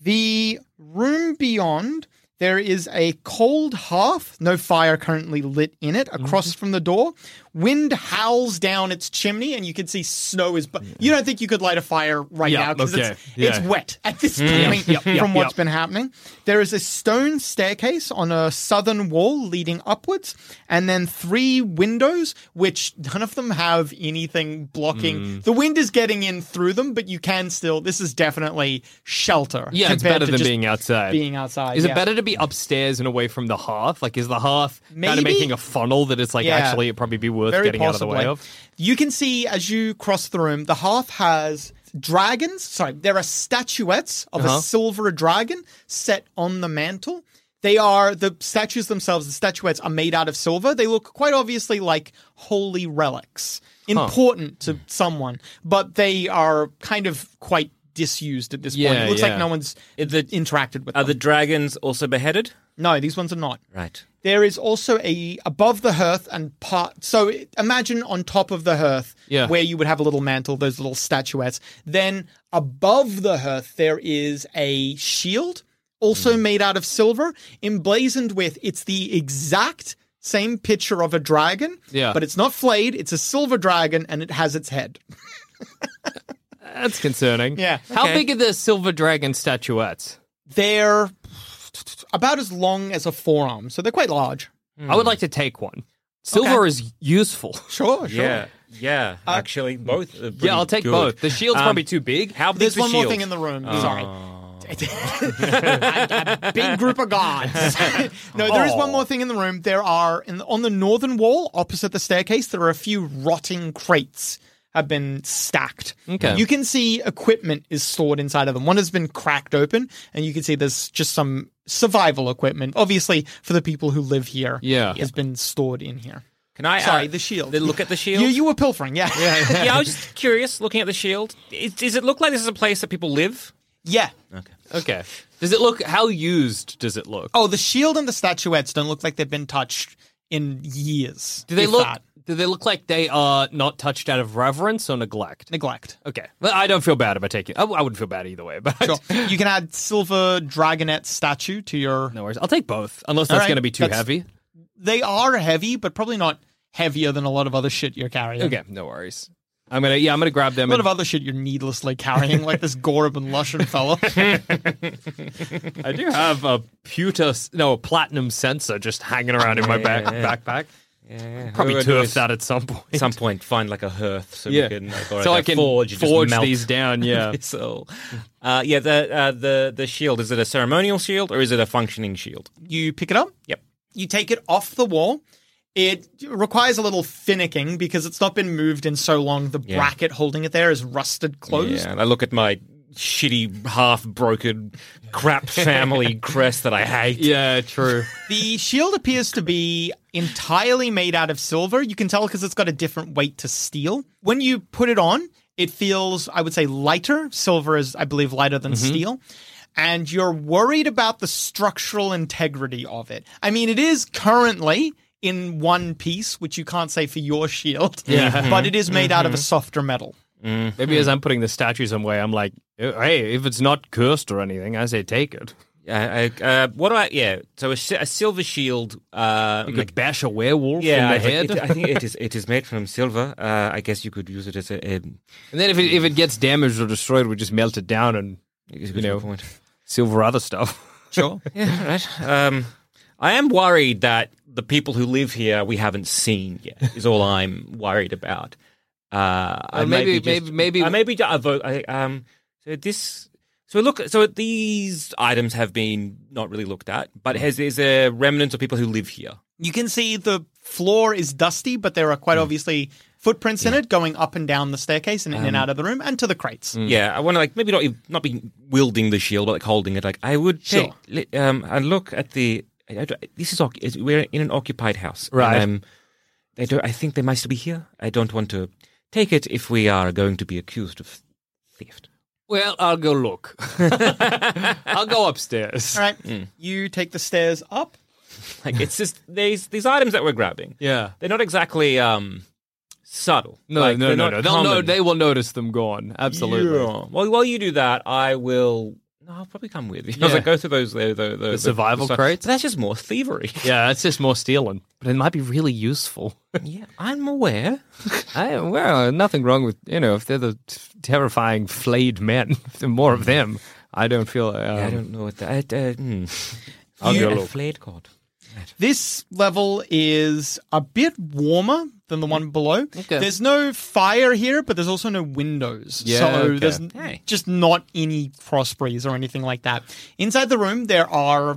[SPEAKER 4] The room beyond, there is a cold hearth, no fire currently lit in it, across
[SPEAKER 5] Mm-hmm.
[SPEAKER 4] from the door. Wind howls down its chimney, and you can see snow is. Bu- you don't think you could light a fire right
[SPEAKER 5] Yeah,
[SPEAKER 4] now because
[SPEAKER 5] okay,
[SPEAKER 4] it's,
[SPEAKER 5] yeah. Mm.
[SPEAKER 4] it's wet at this point from what's been happening. There is a stone staircase on a southern wall leading upwards, and then three windows, which none of them have anything blocking.
[SPEAKER 5] Hmm.
[SPEAKER 4] The wind is getting in through them, but you can still. This is definitely shelter.
[SPEAKER 5] Yeah, it's
[SPEAKER 4] compared
[SPEAKER 5] better
[SPEAKER 4] to
[SPEAKER 5] than
[SPEAKER 4] just
[SPEAKER 5] being outside.
[SPEAKER 4] Being outside.
[SPEAKER 5] Is
[SPEAKER 4] yeah.
[SPEAKER 5] it better to be upstairs and away from the hearth? Like, is the hearth kind
[SPEAKER 4] Maybe.
[SPEAKER 5] of making a funnel that it's like
[SPEAKER 4] Yeah.
[SPEAKER 5] actually it'd probably be worth
[SPEAKER 4] Very
[SPEAKER 5] getting
[SPEAKER 4] possibly.
[SPEAKER 5] out of the way of?
[SPEAKER 4] You can see as you cross the room, the hearth has dragons. Sorry, there are statuettes of
[SPEAKER 5] Uh-huh.
[SPEAKER 4] a silver dragon set on the mantle. They are the statues themselves, the statuettes are made out of silver. They look quite obviously like holy relics, important to someone, but they are kind of quite disused at this point.
[SPEAKER 5] Yeah,
[SPEAKER 4] It looks
[SPEAKER 5] yeah.
[SPEAKER 4] like no one's eh,
[SPEAKER 6] the-
[SPEAKER 4] interacted with
[SPEAKER 6] Are
[SPEAKER 4] them.
[SPEAKER 6] the dragons also beheaded?
[SPEAKER 4] no, these ones are not.
[SPEAKER 6] Right.
[SPEAKER 4] There is also a above the hearth and part. So imagine on top of the hearth,
[SPEAKER 5] Yeah.
[SPEAKER 4] where you would have a little mantle, those little statuettes. Then above the hearth, there is a shield, also
[SPEAKER 6] Hmm.
[SPEAKER 4] made out of silver, emblazoned with. It's the exact same picture of a dragon,
[SPEAKER 5] Yeah.
[SPEAKER 4] but it's not flayed. It's a silver dragon, and it has its head.
[SPEAKER 5] That's concerning.
[SPEAKER 4] Yeah.
[SPEAKER 5] How
[SPEAKER 6] Okay.
[SPEAKER 5] big are the silver dragon statuettes?
[SPEAKER 4] They're about as long as a forearm, so they're quite large.
[SPEAKER 5] I would like to take one. Silver is useful.
[SPEAKER 4] Sure, Oh, sure. Uh,
[SPEAKER 6] Yeah. Yeah. Actually, both. are pretty
[SPEAKER 5] yeah, I'll take
[SPEAKER 6] good.
[SPEAKER 5] both. The shield's
[SPEAKER 6] Um,
[SPEAKER 5] probably too big. Oh.
[SPEAKER 6] How big
[SPEAKER 4] There's
[SPEAKER 6] the
[SPEAKER 4] one more
[SPEAKER 6] shield?
[SPEAKER 4] thing in the room. Sorry. a, a big group of gods. no, there is one
[SPEAKER 5] Oh.
[SPEAKER 4] more thing in the room. There are in the, on the northern wall, opposite the staircase, there are a few rotting crates have been stacked.
[SPEAKER 5] Okay.
[SPEAKER 4] You can see equipment is stored inside of them. One has been cracked open, and you can see there's just some survival equipment, obviously for the people who live here.
[SPEAKER 5] Yeah.
[SPEAKER 4] has been stored in here.
[SPEAKER 6] Can I?
[SPEAKER 4] Sorry,
[SPEAKER 6] uh,
[SPEAKER 4] the shield.
[SPEAKER 6] then Look at the shield.
[SPEAKER 4] You, you were pilfering, yeah, yeah.
[SPEAKER 6] yeah, I was just curious looking at the shield. Is, does it look like this is a place that people live? Okay.
[SPEAKER 5] Okay. Does it look? How used does it look?
[SPEAKER 4] Oh, the shield and the statuettes don't look like they've been touched in years.
[SPEAKER 5] do they
[SPEAKER 4] if
[SPEAKER 5] look?
[SPEAKER 4] that.
[SPEAKER 5] Do they look like they are not touched out of reverence or neglect?
[SPEAKER 4] neglect?
[SPEAKER 5] Okay. Well, I don't feel bad about taking. I, I wouldn't feel bad either way. But
[SPEAKER 4] Sure. you can add silver dragonette statue to your.
[SPEAKER 5] no worries. I'll take both, unless that's
[SPEAKER 4] right,
[SPEAKER 5] going to be too
[SPEAKER 4] that's-
[SPEAKER 5] heavy.
[SPEAKER 4] They are heavy, but probably not heavier than a lot of other shit you're carrying.
[SPEAKER 5] Okay. No worries. I'm gonna. Yeah, I'm gonna grab
[SPEAKER 4] A
[SPEAKER 5] them.
[SPEAKER 4] lot of
[SPEAKER 5] And,
[SPEAKER 4] other shit you're needlessly carrying, like this Gorb and Lushan fella.
[SPEAKER 5] I do have a pewter, s- no, a platinum sensor just hanging around in my back, backpack. Probably
[SPEAKER 6] We're gonna do
[SPEAKER 5] turf
[SPEAKER 6] this
[SPEAKER 5] that at some point.
[SPEAKER 6] At some point, find like a hearth so
[SPEAKER 5] Yeah.
[SPEAKER 6] we can, like, or
[SPEAKER 5] so
[SPEAKER 6] like
[SPEAKER 5] I
[SPEAKER 6] a
[SPEAKER 5] can
[SPEAKER 6] forge,
[SPEAKER 5] forge,
[SPEAKER 6] you just melt
[SPEAKER 5] these down. Yeah.
[SPEAKER 6] So, uh, yeah, the uh, the the shield is it a ceremonial shield or is it a functioning shield?
[SPEAKER 4] you pick it up.
[SPEAKER 6] Yep.
[SPEAKER 4] You take it off the wall. It requires a little finicking because it's not been moved in so long. The
[SPEAKER 6] Yeah.
[SPEAKER 4] bracket holding it there is rusted closed.
[SPEAKER 6] Yeah, and I look at my shitty, half broken, crap family crest that I hate.
[SPEAKER 5] yeah. True.
[SPEAKER 4] The shield appears to be entirely made out of silver. You can tell because it's got a different weight to steel. When you put it on, it feels, I would say, lighter. Silver is, I believe, lighter than steel. And you're worried about the structural integrity of it. I mean, it is currently in one piece, which you can't say for your shield, yeah. but it is made out of a softer metal.
[SPEAKER 5] Mm-hmm.
[SPEAKER 6] Mm-hmm.
[SPEAKER 5] Maybe as I'm putting the statues away, I'm like, "Oh, hey, if it's not cursed or anything, I say take it.
[SPEAKER 6] I, I, uh, what do I? Yeah, so a, si- a silver shield. Uh,
[SPEAKER 5] You
[SPEAKER 6] like-
[SPEAKER 5] could bash a werewolf
[SPEAKER 6] yeah,
[SPEAKER 5] in
[SPEAKER 6] I
[SPEAKER 5] the
[SPEAKER 6] think,
[SPEAKER 5] head.
[SPEAKER 6] it, I think it is. It is made from silver. Uh, I guess you could use it as a. um, a
[SPEAKER 5] and then if it, if it gets damaged or destroyed, we just melt it down and
[SPEAKER 6] it's
[SPEAKER 5] You
[SPEAKER 6] a good
[SPEAKER 5] know.
[SPEAKER 6] point.
[SPEAKER 5] silver other stuff.
[SPEAKER 4] Sure.
[SPEAKER 6] Yeah, right. Um, I am worried that the people who live here we haven't seen yet is all I'm worried about. Uh, I
[SPEAKER 5] Well, maybe-
[SPEAKER 6] may be just-
[SPEAKER 5] maybe- maybe-
[SPEAKER 6] I maybe I vote. I, um, so this. So look, so these items have been not really looked at, but has there's a remnant of people who live here.
[SPEAKER 4] You can see the floor is dusty, but there are quite obviously footprints in it going up and down the staircase and in and out of the room and to the crates.
[SPEAKER 5] Mm.
[SPEAKER 6] Yeah, I want to like maybe not even- not be wielding the shield, but like holding it. Like I would
[SPEAKER 4] Sure.
[SPEAKER 6] take li- um and look at the. I don't- This is occu- is- we're in an occupied house, and,
[SPEAKER 5] Right.
[SPEAKER 6] um, they don't. I think they must be here. I don't want to take it if we are going to be accused of theft.
[SPEAKER 5] Well, I'll go look. I'll go upstairs.
[SPEAKER 4] All right. You take the stairs up.
[SPEAKER 6] Hmm. Like it's just these these items that we're grabbing.
[SPEAKER 5] Yeah.
[SPEAKER 6] They're not exactly um subtle.
[SPEAKER 5] No,
[SPEAKER 6] Like,
[SPEAKER 5] no,
[SPEAKER 6] they're
[SPEAKER 5] no,
[SPEAKER 6] not
[SPEAKER 5] no. They'll know,
[SPEAKER 6] common.
[SPEAKER 5] they will notice them gone. Absolutely.
[SPEAKER 6] Yeah. Well, while you do that, I will. No, I'll probably come with you. I was
[SPEAKER 5] Yeah.
[SPEAKER 6] like, go through those, the, the, the,
[SPEAKER 5] survival
[SPEAKER 6] stuff.
[SPEAKER 5] crates?
[SPEAKER 6] But that's just more thievery.
[SPEAKER 5] Yeah, that's just more stealing, but it might be really useful.
[SPEAKER 6] yeah, I'm aware.
[SPEAKER 5] I, well, nothing wrong with you know if they're the t- terrifying flayed men, the more of them. I don't feel. Um,
[SPEAKER 6] I don't know what that. I, uh, hmm. I'll
[SPEAKER 4] You-
[SPEAKER 6] go look. Flayed cod.
[SPEAKER 4] This level is a bit warmer than the one below.
[SPEAKER 5] Okay.
[SPEAKER 4] There's no fire here, but there's also no windows.
[SPEAKER 5] Yeah,
[SPEAKER 4] so
[SPEAKER 5] okay.
[SPEAKER 4] there's
[SPEAKER 6] Hey.
[SPEAKER 4] just not any cross breeze or anything like that. Inside the room, there are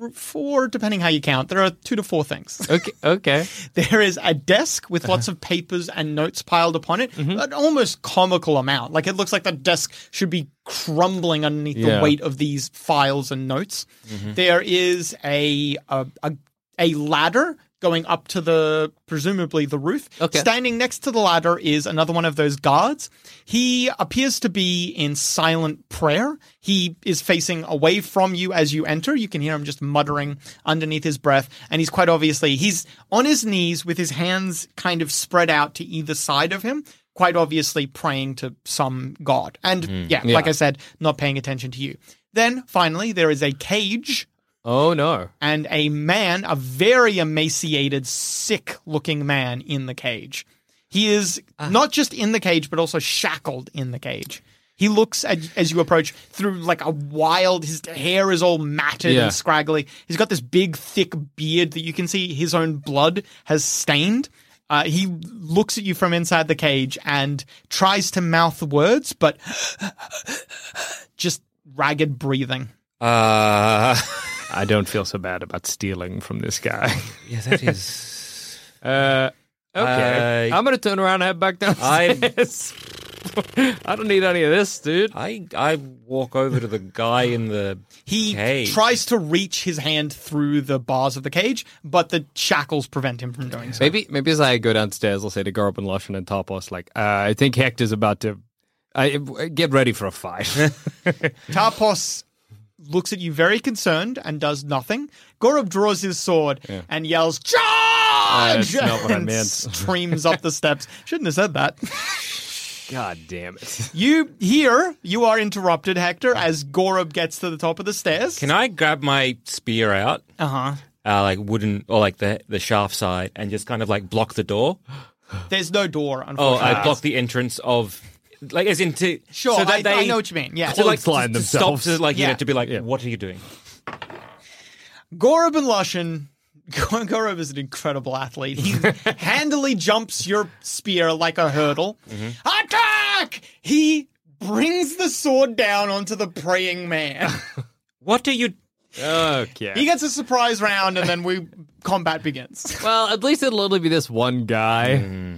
[SPEAKER 4] th- four, depending how you count, there are two to four things.
[SPEAKER 5] Okay. Okay.
[SPEAKER 4] There is a desk with lots of papers and notes piled upon it,
[SPEAKER 5] Mm-hmm.
[SPEAKER 4] an almost comical amount. Like it looks like the desk should be crumbling underneath
[SPEAKER 5] Yeah.
[SPEAKER 4] the weight of these files and notes. There is a a, a a ladder going up to the presumably the roof.
[SPEAKER 5] Okay.
[SPEAKER 4] Standing next to the ladder is another one of those guards. He appears to be in silent prayer. He is facing away from you as you enter. You can hear him just muttering underneath his breath and he's quite obviously he's on his knees with his hands kind of spread out to either side of him. Quite obviously praying to some god. And yeah, like I said, not paying attention to you. Then finally, there is a cage
[SPEAKER 5] Oh no.
[SPEAKER 4] and a man, a very emaciated, sick looking man in the cage. He is not just in the cage, but also shackled in the cage. He looks at, as you approach through like a wild, his hair is all matted
[SPEAKER 5] Yeah.
[SPEAKER 4] and scraggly. He's got this big, thick beard that you can see his own blood has stained. Uh, he looks at you from inside the cage and tries to mouth words, but just ragged breathing.
[SPEAKER 6] Uh,
[SPEAKER 5] I don't feel so bad about stealing from this guy.
[SPEAKER 6] yeah, that is.
[SPEAKER 5] Uh, okay.
[SPEAKER 6] I-
[SPEAKER 5] I'm gonna turn around and head back downstairs. I, don't need any of this, dude.
[SPEAKER 6] I I walk over to the guy in the.
[SPEAKER 4] He
[SPEAKER 6] cage.
[SPEAKER 4] tries to reach his hand through the bars of the cage, but the shackles prevent him from doing so.
[SPEAKER 5] Maybe, maybe as I go downstairs, I'll say to Garb and Lushan and Topos, like, uh, I think Hector's about to. I get ready for a fight.
[SPEAKER 4] Tarpos looks at you very concerned and does nothing. Gorob draws his sword and yells, Charge!
[SPEAKER 5] Ah, that's not what I
[SPEAKER 4] and
[SPEAKER 5] meant.
[SPEAKER 4] streams up the steps. Shouldn't have said that.
[SPEAKER 5] God damn it! Ah.
[SPEAKER 4] You here, you are interrupted, Hector, as Gorob gets to the top of the stairs.
[SPEAKER 6] Can I grab my spear out,
[SPEAKER 4] Uh huh.
[SPEAKER 6] uh, like wooden or like the the sharp side, and just kind of like block the door?
[SPEAKER 4] There's no door,
[SPEAKER 6] Oh,
[SPEAKER 4] unfortunately.
[SPEAKER 6] I blocked the entrance of, like, as in to
[SPEAKER 4] Sure,
[SPEAKER 6] so that
[SPEAKER 4] I-
[SPEAKER 6] they,
[SPEAKER 4] I know what you mean, yeah.
[SPEAKER 6] to, like,
[SPEAKER 5] Clothesline
[SPEAKER 6] to- to stop
[SPEAKER 5] themselves.
[SPEAKER 6] to like you
[SPEAKER 4] Yeah.
[SPEAKER 6] know to be like, what are you doing?
[SPEAKER 4] Gorob and Lushan. Gorob is an incredible athlete. He handily jumps your spear like a hurdle.
[SPEAKER 6] Mm-hmm.
[SPEAKER 4] Attack! He brings the sword down onto the praying man.
[SPEAKER 6] What are you?
[SPEAKER 5] Okay.
[SPEAKER 4] he gets a surprise round, and then we combat begins.
[SPEAKER 5] well, at least it'll only be this one guy.
[SPEAKER 6] Hmm.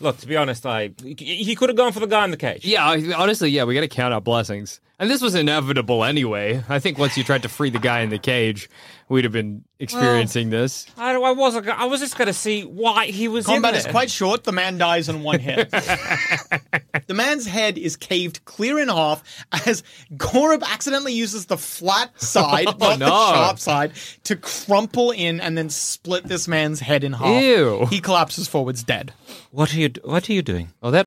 [SPEAKER 6] Look, to be honest, I he could have gone for the guy in the cage.
[SPEAKER 5] Yeah, I- honestly, yeah, we got to count our blessings. And this was inevitable anyway. I think once you tried to free the guy in the cage, we'd have been experiencing this.
[SPEAKER 6] I, I was I was just gonna see why he was.
[SPEAKER 4] Combat
[SPEAKER 6] in
[SPEAKER 4] is
[SPEAKER 6] there.
[SPEAKER 4] quite short. The man dies in one hit. the man's head is caved clear in half as Gorob accidentally uses the flat side,
[SPEAKER 6] Oh,
[SPEAKER 4] not
[SPEAKER 5] no.
[SPEAKER 4] the sharp side, to crumple in and then split this man's head in half.
[SPEAKER 5] Ew.
[SPEAKER 4] He collapses forwards dead.
[SPEAKER 6] What are you? What are you doing?
[SPEAKER 5] Oh, that.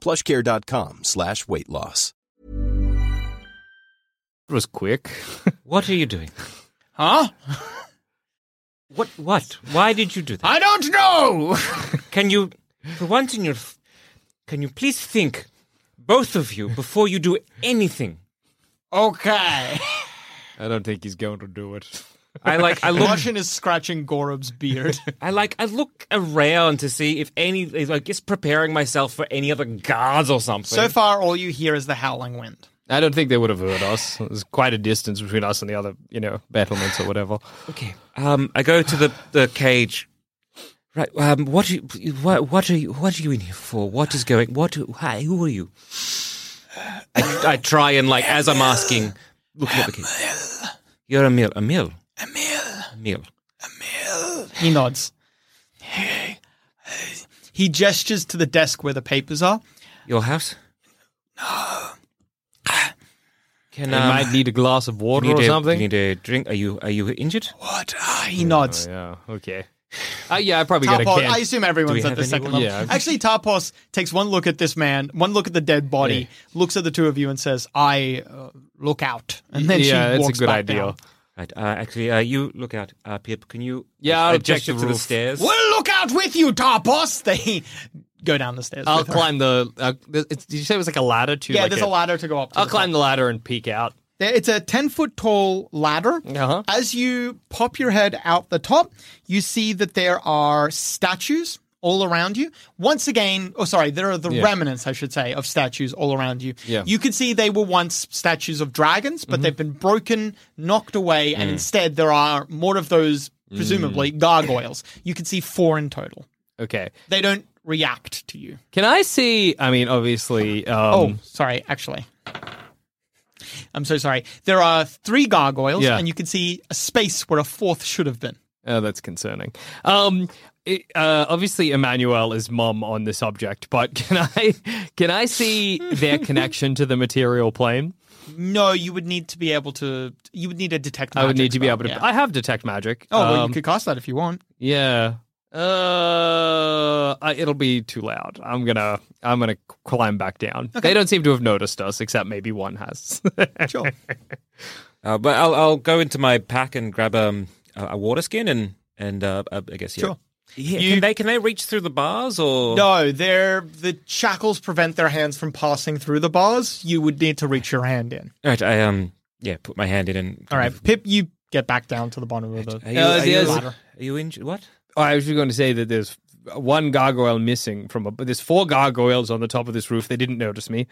[SPEAKER 7] Plushcare.com slash weight loss.
[SPEAKER 5] It was quick.
[SPEAKER 3] What are you doing?
[SPEAKER 4] Huh?
[SPEAKER 3] What? What? Why did you do that?
[SPEAKER 4] I don't know!
[SPEAKER 6] Can you, for once in your, f- can you please think, both of you, before you do anything?
[SPEAKER 4] okay.
[SPEAKER 5] I don't think he's going to do it.
[SPEAKER 6] I like, I look,
[SPEAKER 4] Martian is scratching Gorob's beard.
[SPEAKER 6] I like, I look around to see if any, like, just preparing myself for any other guards or something.
[SPEAKER 4] so far, all you hear is the howling wind.
[SPEAKER 5] I don't think they would have heard us. There's quite a distance between us and the other, you know, battlements or whatever.
[SPEAKER 6] Okay. Um, I go to the, the cage. Right. Um, what are you, what, what are you, what are you in here for? What is going, what, hi, who are you? I, I try and like, as I'm asking, looking at the cage. You're a meal, a meal, a meal.
[SPEAKER 4] He nods. He gestures to the desk where the papers are.
[SPEAKER 6] Your house? No. Can
[SPEAKER 5] I
[SPEAKER 6] um,
[SPEAKER 5] might need a glass of water
[SPEAKER 6] you need
[SPEAKER 5] or
[SPEAKER 6] a,
[SPEAKER 5] something.
[SPEAKER 6] You need a drink? Are you, are you injured?
[SPEAKER 4] What? He nods.
[SPEAKER 5] Oh, yeah. Okay. Uh, yeah, I probably got a
[SPEAKER 4] Tarpos,
[SPEAKER 5] can.
[SPEAKER 4] I assume everyone's
[SPEAKER 6] Do we
[SPEAKER 4] at the
[SPEAKER 6] have
[SPEAKER 4] second level.
[SPEAKER 6] anyone?
[SPEAKER 5] Yeah.
[SPEAKER 4] Actually, Tarpos takes one look at this man, one look at the dead body, looks at the two of you, and says, "I uh, look out." And then
[SPEAKER 5] yeah,
[SPEAKER 4] she
[SPEAKER 5] it's
[SPEAKER 4] walks
[SPEAKER 5] a good
[SPEAKER 4] back
[SPEAKER 5] idea.
[SPEAKER 4] down.
[SPEAKER 6] Right. Uh, actually, uh, you look out, uh, Pip. Can you?
[SPEAKER 5] Yeah,
[SPEAKER 6] I
[SPEAKER 5] I'll check
[SPEAKER 6] gesture
[SPEAKER 5] the
[SPEAKER 6] to the
[SPEAKER 5] roof.
[SPEAKER 6] stairs.
[SPEAKER 4] We'll look out with you, Tarpos. They go down the stairs.
[SPEAKER 5] I'll
[SPEAKER 4] with her.
[SPEAKER 5] climb the. Uh, th- it's, did you say it was like a ladder too?
[SPEAKER 4] Yeah,
[SPEAKER 5] like
[SPEAKER 4] there's a ladder to go up. To
[SPEAKER 5] I'll
[SPEAKER 4] the
[SPEAKER 5] climb the ladder and peek out.
[SPEAKER 4] There- It's a 10 foot tall ladder.
[SPEAKER 5] Uh-huh.
[SPEAKER 4] As you pop your head out the top, you see that there are statues all around you. Once again, oh, sorry, there are the
[SPEAKER 5] Yeah.
[SPEAKER 4] remnants, I should say, of statues all around you.
[SPEAKER 5] Yeah. Mm-hmm.
[SPEAKER 4] You can see they were once statues of dragons, but they've been broken, knocked away,
[SPEAKER 5] Mm.
[SPEAKER 4] and instead there are more of those, presumably, gargoyles. You can see four in total.
[SPEAKER 5] Okay.
[SPEAKER 4] They don't react to you.
[SPEAKER 5] Can I see? I mean, obviously.
[SPEAKER 4] Oh,
[SPEAKER 5] Um,
[SPEAKER 4] sorry. Actually, I'm so sorry. There are three gargoyles,
[SPEAKER 5] Yeah.
[SPEAKER 4] and you can see a space where a fourth should have been.
[SPEAKER 5] Oh, that's concerning. Um, it, uh, obviously, Emmanuel is mum on the subject, but can I can I see their connection to the material plane?
[SPEAKER 4] No, you would need to be able to. You would need a detect.
[SPEAKER 5] I would
[SPEAKER 4] magic
[SPEAKER 5] need to be
[SPEAKER 4] spell,
[SPEAKER 5] able to.
[SPEAKER 4] yeah.
[SPEAKER 5] I have detect magic.
[SPEAKER 4] oh, well,
[SPEAKER 5] Um,
[SPEAKER 4] you could cast that if you want.
[SPEAKER 5] Yeah. Uh, I, it'll be too loud. I'm gonna I'm gonna climb back down. They don't seem to have noticed us, except maybe one has.
[SPEAKER 4] Sure.
[SPEAKER 6] Uh, but I'll, I'll go into my pack and grab um, a, a water skin and and uh, I guess yeah.
[SPEAKER 4] Sure.
[SPEAKER 6] Yeah,
[SPEAKER 4] You-
[SPEAKER 6] can they can they reach through the bars or
[SPEAKER 4] no, they're the shackles prevent their hands from passing through the bars. You would need to reach your hand in.
[SPEAKER 6] Right, I um yeah, put my hand in and
[SPEAKER 4] All right, Pip, you get back down to the bottom of
[SPEAKER 6] Are
[SPEAKER 4] the.
[SPEAKER 6] you,
[SPEAKER 5] Uh,
[SPEAKER 6] are, you,
[SPEAKER 5] there's-
[SPEAKER 6] are you injured? What?
[SPEAKER 5] Oh, I was just going to say that there's one gargoyle missing from a, but there's four gargoyles on the top of this roof. They didn't notice me,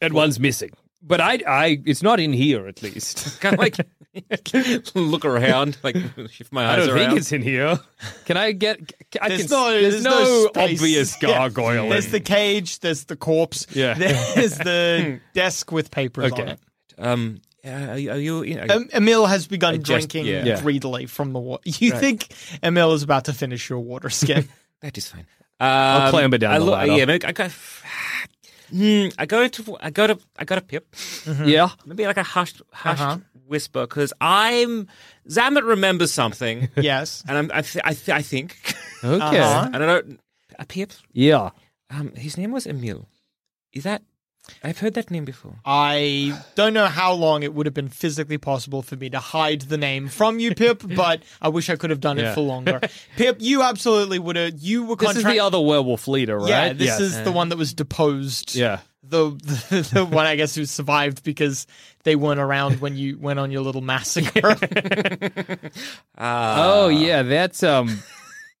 [SPEAKER 5] and one's missing. But I, I, it's not in here at least.
[SPEAKER 6] Kind of like look around, like shift my
[SPEAKER 5] I
[SPEAKER 6] eyes
[SPEAKER 5] don't
[SPEAKER 6] around.
[SPEAKER 5] think it's in here. Can I get? I
[SPEAKER 4] There's
[SPEAKER 5] can,
[SPEAKER 4] no,
[SPEAKER 5] there's,
[SPEAKER 4] there's
[SPEAKER 5] no,
[SPEAKER 4] space.
[SPEAKER 5] obvious
[SPEAKER 4] Yeah.
[SPEAKER 5] gargoyle.
[SPEAKER 4] There's
[SPEAKER 5] in-
[SPEAKER 4] the cage. There's the corpse.
[SPEAKER 5] Yeah.
[SPEAKER 4] There's the desk with papers on
[SPEAKER 5] Okay.
[SPEAKER 4] it.
[SPEAKER 6] um, uh, are you? Are you in,
[SPEAKER 4] Um, Emil has begun
[SPEAKER 6] just-
[SPEAKER 4] drinking
[SPEAKER 6] yeah.
[SPEAKER 5] Yeah.
[SPEAKER 4] greedily from the water. You think Emil is about to finish your water skin?
[SPEAKER 6] that is fine. I'll
[SPEAKER 5] clamber down
[SPEAKER 6] I
[SPEAKER 5] the
[SPEAKER 6] look-
[SPEAKER 5] ladder.
[SPEAKER 6] Yeah, maybe I go. Hmm, I go to I go to I got a pip.
[SPEAKER 5] yeah.
[SPEAKER 6] Maybe like a hushed hushed whisper because I'm Zamet remembers something,
[SPEAKER 4] yes.
[SPEAKER 6] and I'm I th- I, th- I think
[SPEAKER 5] Okay.
[SPEAKER 4] Uh-huh.
[SPEAKER 6] and I don't a pip.
[SPEAKER 5] Yeah.
[SPEAKER 6] Um, his name was Emil. Is that? I've heard that name before.
[SPEAKER 4] I don't know how long it would have been physically possible for me to hide the name from you, Pip, but I wish I could have done
[SPEAKER 5] Yeah.
[SPEAKER 4] it for longer. Pip, you absolutely would have. You were
[SPEAKER 5] This is
[SPEAKER 4] contract-
[SPEAKER 5] the other werewolf leader, right?
[SPEAKER 4] Yeah, this
[SPEAKER 5] Yes.
[SPEAKER 4] is the one that was deposed.
[SPEAKER 5] Yeah.
[SPEAKER 4] the, the the one I guess who survived because they weren't around when you went on your little massacre. Uh,
[SPEAKER 5] oh yeah, that's um,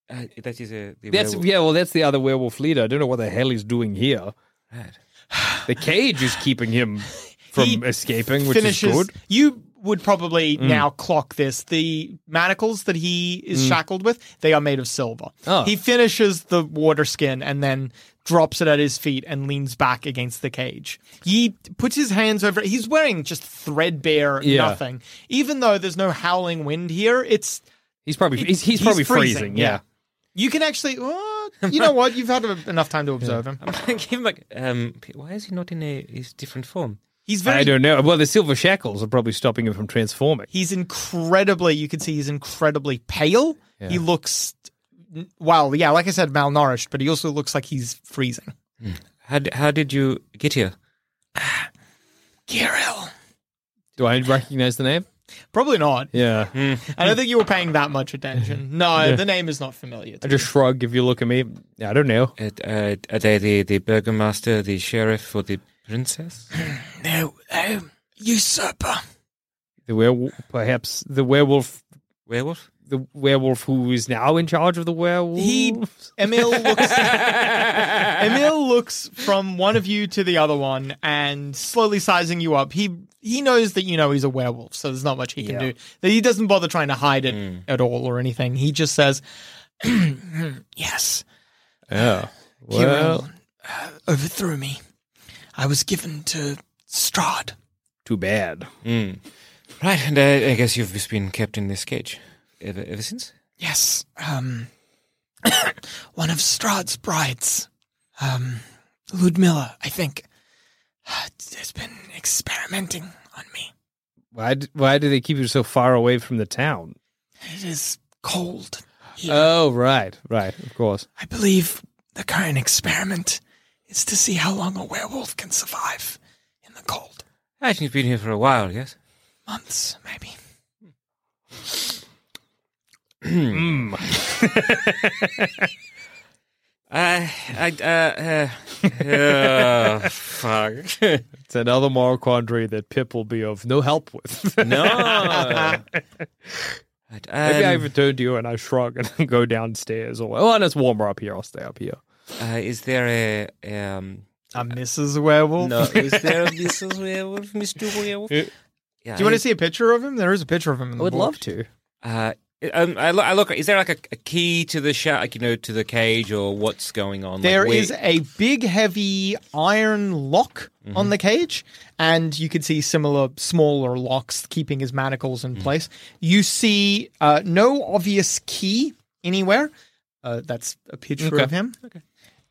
[SPEAKER 6] Uh, that is a the
[SPEAKER 5] that's
[SPEAKER 6] werewolf.
[SPEAKER 5] yeah. Well, that's the other werewolf leader. I don't know what the hell he's doing here. The cage is keeping him from
[SPEAKER 4] He
[SPEAKER 5] escaping, which
[SPEAKER 4] Finishes.
[SPEAKER 5] is good. Mm.
[SPEAKER 4] You would probably now clock this. The manacles that he is shackled with, they are made of silver.
[SPEAKER 5] Oh.
[SPEAKER 4] He finishes the water skin and then drops it at his feet and leans back against the cage. He puts his hands over it. He's wearing just threadbare
[SPEAKER 5] Yeah.
[SPEAKER 4] nothing. Even though there's no howling wind here, it's
[SPEAKER 5] He's probably he's, he's, probably freezing. yeah.
[SPEAKER 4] You can actually, oh, you know what? You've had a- enough time to observe him.
[SPEAKER 6] Give him like, um, why is he not in a his different form?
[SPEAKER 4] He's very
[SPEAKER 5] I don't know. Well, the silver shackles are probably stopping him from transforming.
[SPEAKER 4] He's incredibly, you can see he's incredibly pale. He looks, well, yeah, like I said, malnourished, but he also looks like he's freezing.
[SPEAKER 6] How d- how did you get here?
[SPEAKER 4] Kirill.
[SPEAKER 5] Do I recognize the name?
[SPEAKER 4] Probably not.
[SPEAKER 5] Yeah.
[SPEAKER 4] I don't think you were paying that much attention. No, the name is not familiar.
[SPEAKER 5] I
[SPEAKER 4] To
[SPEAKER 5] just shrug if you look at me. I don't know.
[SPEAKER 6] Uh, uh, are they the the burgomaster, the sheriff, or the princess?
[SPEAKER 4] no, um, usurper.
[SPEAKER 5] The werewolf, perhaps the werewolf,
[SPEAKER 6] Werewolf?
[SPEAKER 5] the werewolf who is now in charge of the werewolf.
[SPEAKER 4] He, Emil looks, Emil looks from one of you to the other one and slowly sizing you up. He he knows that you know he's a werewolf, so there's not much he can do. That He doesn't bother trying to hide it
[SPEAKER 5] Mm.
[SPEAKER 4] at all or anything. He just says, "Yes,
[SPEAKER 5] Yeah.
[SPEAKER 4] Hero
[SPEAKER 5] Well,
[SPEAKER 4] uh, overthrew me. I was given to Strahd.
[SPEAKER 5] too bad.
[SPEAKER 6] Hmm. Right, and uh, I guess you've just been kept in this cage ever ever since.
[SPEAKER 4] Yes, um, one of Strahd's brides, um, Ludmilla, I think, has been experimenting on me."
[SPEAKER 5] Why? d- Why do they keep you so far away from the town?
[SPEAKER 4] It is cold.
[SPEAKER 5] Oh, right, right. Of course.
[SPEAKER 4] I believe the current experiment is to see how long a werewolf can survive in the cold.
[SPEAKER 6] I think you've been here for a while. Yes.
[SPEAKER 4] Months, maybe.
[SPEAKER 5] Hmm.
[SPEAKER 6] Uh, I uh, uh, oh, fuck.
[SPEAKER 5] It's another moral quandary that Pip will be of no help with.
[SPEAKER 6] no. Right,
[SPEAKER 5] Maybe I
[SPEAKER 6] um,
[SPEAKER 5] return to you and I shrug and go downstairs. Or oh, and it's warmer up here. I'll stay up here.
[SPEAKER 6] uh, is there a um?
[SPEAKER 4] A Mrs. Werewolf?
[SPEAKER 6] No, is there a Mrs. Werewolf, Mr. Werewolf?
[SPEAKER 5] Yeah.
[SPEAKER 6] Yeah,
[SPEAKER 4] Do you want
[SPEAKER 6] I-
[SPEAKER 4] to see a picture of him? There is a picture of him. In the book.
[SPEAKER 5] to.
[SPEAKER 6] Uh, um, I, lo- I look. Is there like a, a key to the shot, like you know, to the cage, or what's going on?
[SPEAKER 4] There
[SPEAKER 6] like,
[SPEAKER 4] is a big, heavy iron lock on the cage, and you can see similar, smaller locks keeping his manacles in place. You see uh, no obvious key anywhere. Uh, that's a picture of him. Okay.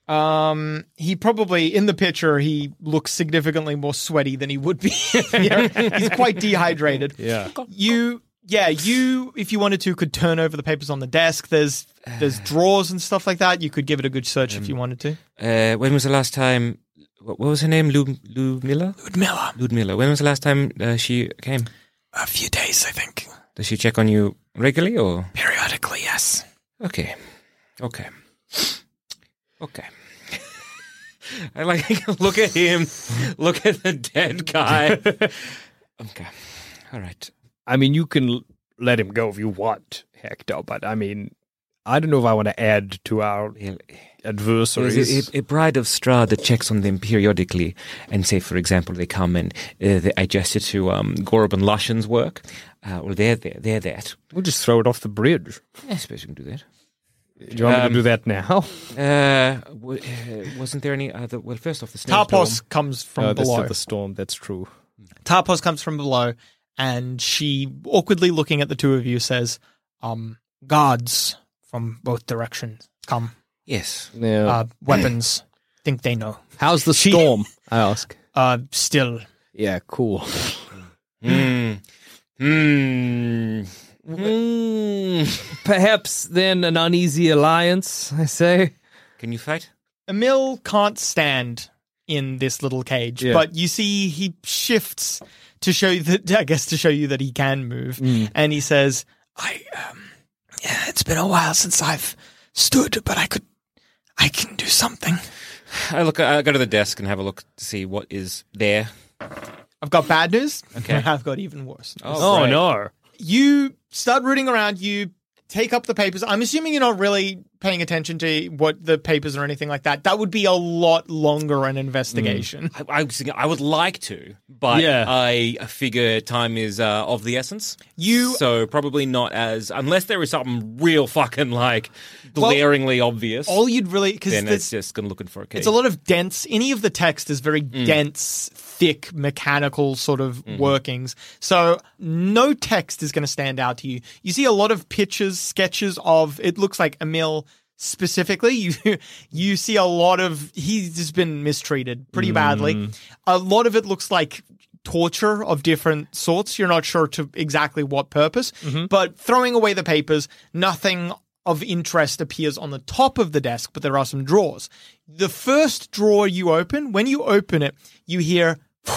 [SPEAKER 4] Um, he probably in the picture he looks significantly more sweaty than he would be. Yeah, He's quite dehydrated.
[SPEAKER 5] Yeah.
[SPEAKER 4] You yeah, you if you wanted to could turn over the papers on the desk. There's there's drawers and stuff like that. You could give it a good search if you wanted to.
[SPEAKER 6] Uh, when was the last time? What, what was her name? Lou Lou Miller.
[SPEAKER 4] Ludmilla.
[SPEAKER 6] Lou Miller. When was the last time uh, she came?
[SPEAKER 4] A few days, I think.
[SPEAKER 6] Does she check on you regularly, or
[SPEAKER 4] Periodically, yes.
[SPEAKER 6] okay, okay, okay? I like look at him, look at the dead guy. okay, all right.
[SPEAKER 5] I mean, you can l- let him go if you want, Hector. But I mean, I don't know if I want to add to our adversaries.
[SPEAKER 6] There's a, a, a bride of Strahd that checks on them periodically, and say, for example, they come and uh, they, I gesture to um, Gorob and Lushan's work. Uh, well, they're there, they're that.
[SPEAKER 5] we'll just throw it off the bridge.
[SPEAKER 6] Yeah, I suppose we can do that.
[SPEAKER 5] Do you want me
[SPEAKER 6] Um,
[SPEAKER 5] to do that now?
[SPEAKER 6] Uh, w- uh, wasn't there any other? Well, first off, the snowstorm.
[SPEAKER 4] Tarpos comes from
[SPEAKER 5] Oh, that's
[SPEAKER 4] below.
[SPEAKER 5] still the storm. That's true.
[SPEAKER 4] Tarpos comes from below, and she awkwardly looking at the two of you says, "Um, guards from both directions come.
[SPEAKER 6] Yes.
[SPEAKER 5] Yeah.
[SPEAKER 4] Uh, weapons. Think they know.
[SPEAKER 5] How's the storm? I ask.
[SPEAKER 4] Uh, still
[SPEAKER 5] Yeah, cool.
[SPEAKER 6] Hmm. Hmm. Hmm.
[SPEAKER 5] Perhaps then an uneasy alliance. I say.
[SPEAKER 6] Can you fight?
[SPEAKER 4] Emil can't stand in this little cage,
[SPEAKER 5] Yeah.
[SPEAKER 4] but you see he shifts to show you that I guess to show you that he can move,
[SPEAKER 6] Mm.
[SPEAKER 4] and he says, "I, um, yeah, it's been a while since I've stood, but I could, I can do something."
[SPEAKER 6] I look. I go to the desk and have a look to see what is there.
[SPEAKER 4] I've got bad news.
[SPEAKER 6] Okay.
[SPEAKER 4] And I've got even worse.
[SPEAKER 5] Oh, no.
[SPEAKER 4] You start rooting around. You take up the papers. I'm assuming you're not really paying attention to what the papers or anything like that. That would be a lot longer an investigation.
[SPEAKER 6] Mm. I, I was thinking I would like to, but
[SPEAKER 5] Yeah.
[SPEAKER 6] I figure time is uh, of the essence.
[SPEAKER 4] You-
[SPEAKER 6] so probably not as unless there is something real fucking like glaringly obvious.
[SPEAKER 4] All you'd really because
[SPEAKER 6] then it's
[SPEAKER 4] it's,
[SPEAKER 6] just gonna looking for a case.
[SPEAKER 4] it's a lot of dense. Any of the text is very dense, thick, mechanical sort of workings. So no text is going to stand out to you. You see a lot of pictures, sketches of. It looks like Emil specifically. You you see a lot of. He's just been mistreated pretty badly. A lot of it looks like torture of different sorts. You're not sure to exactly what purpose, but throwing away the papers, nothing of interest appears on the top of the desk, but there are some drawers. The first drawer you open, when you open it, you hear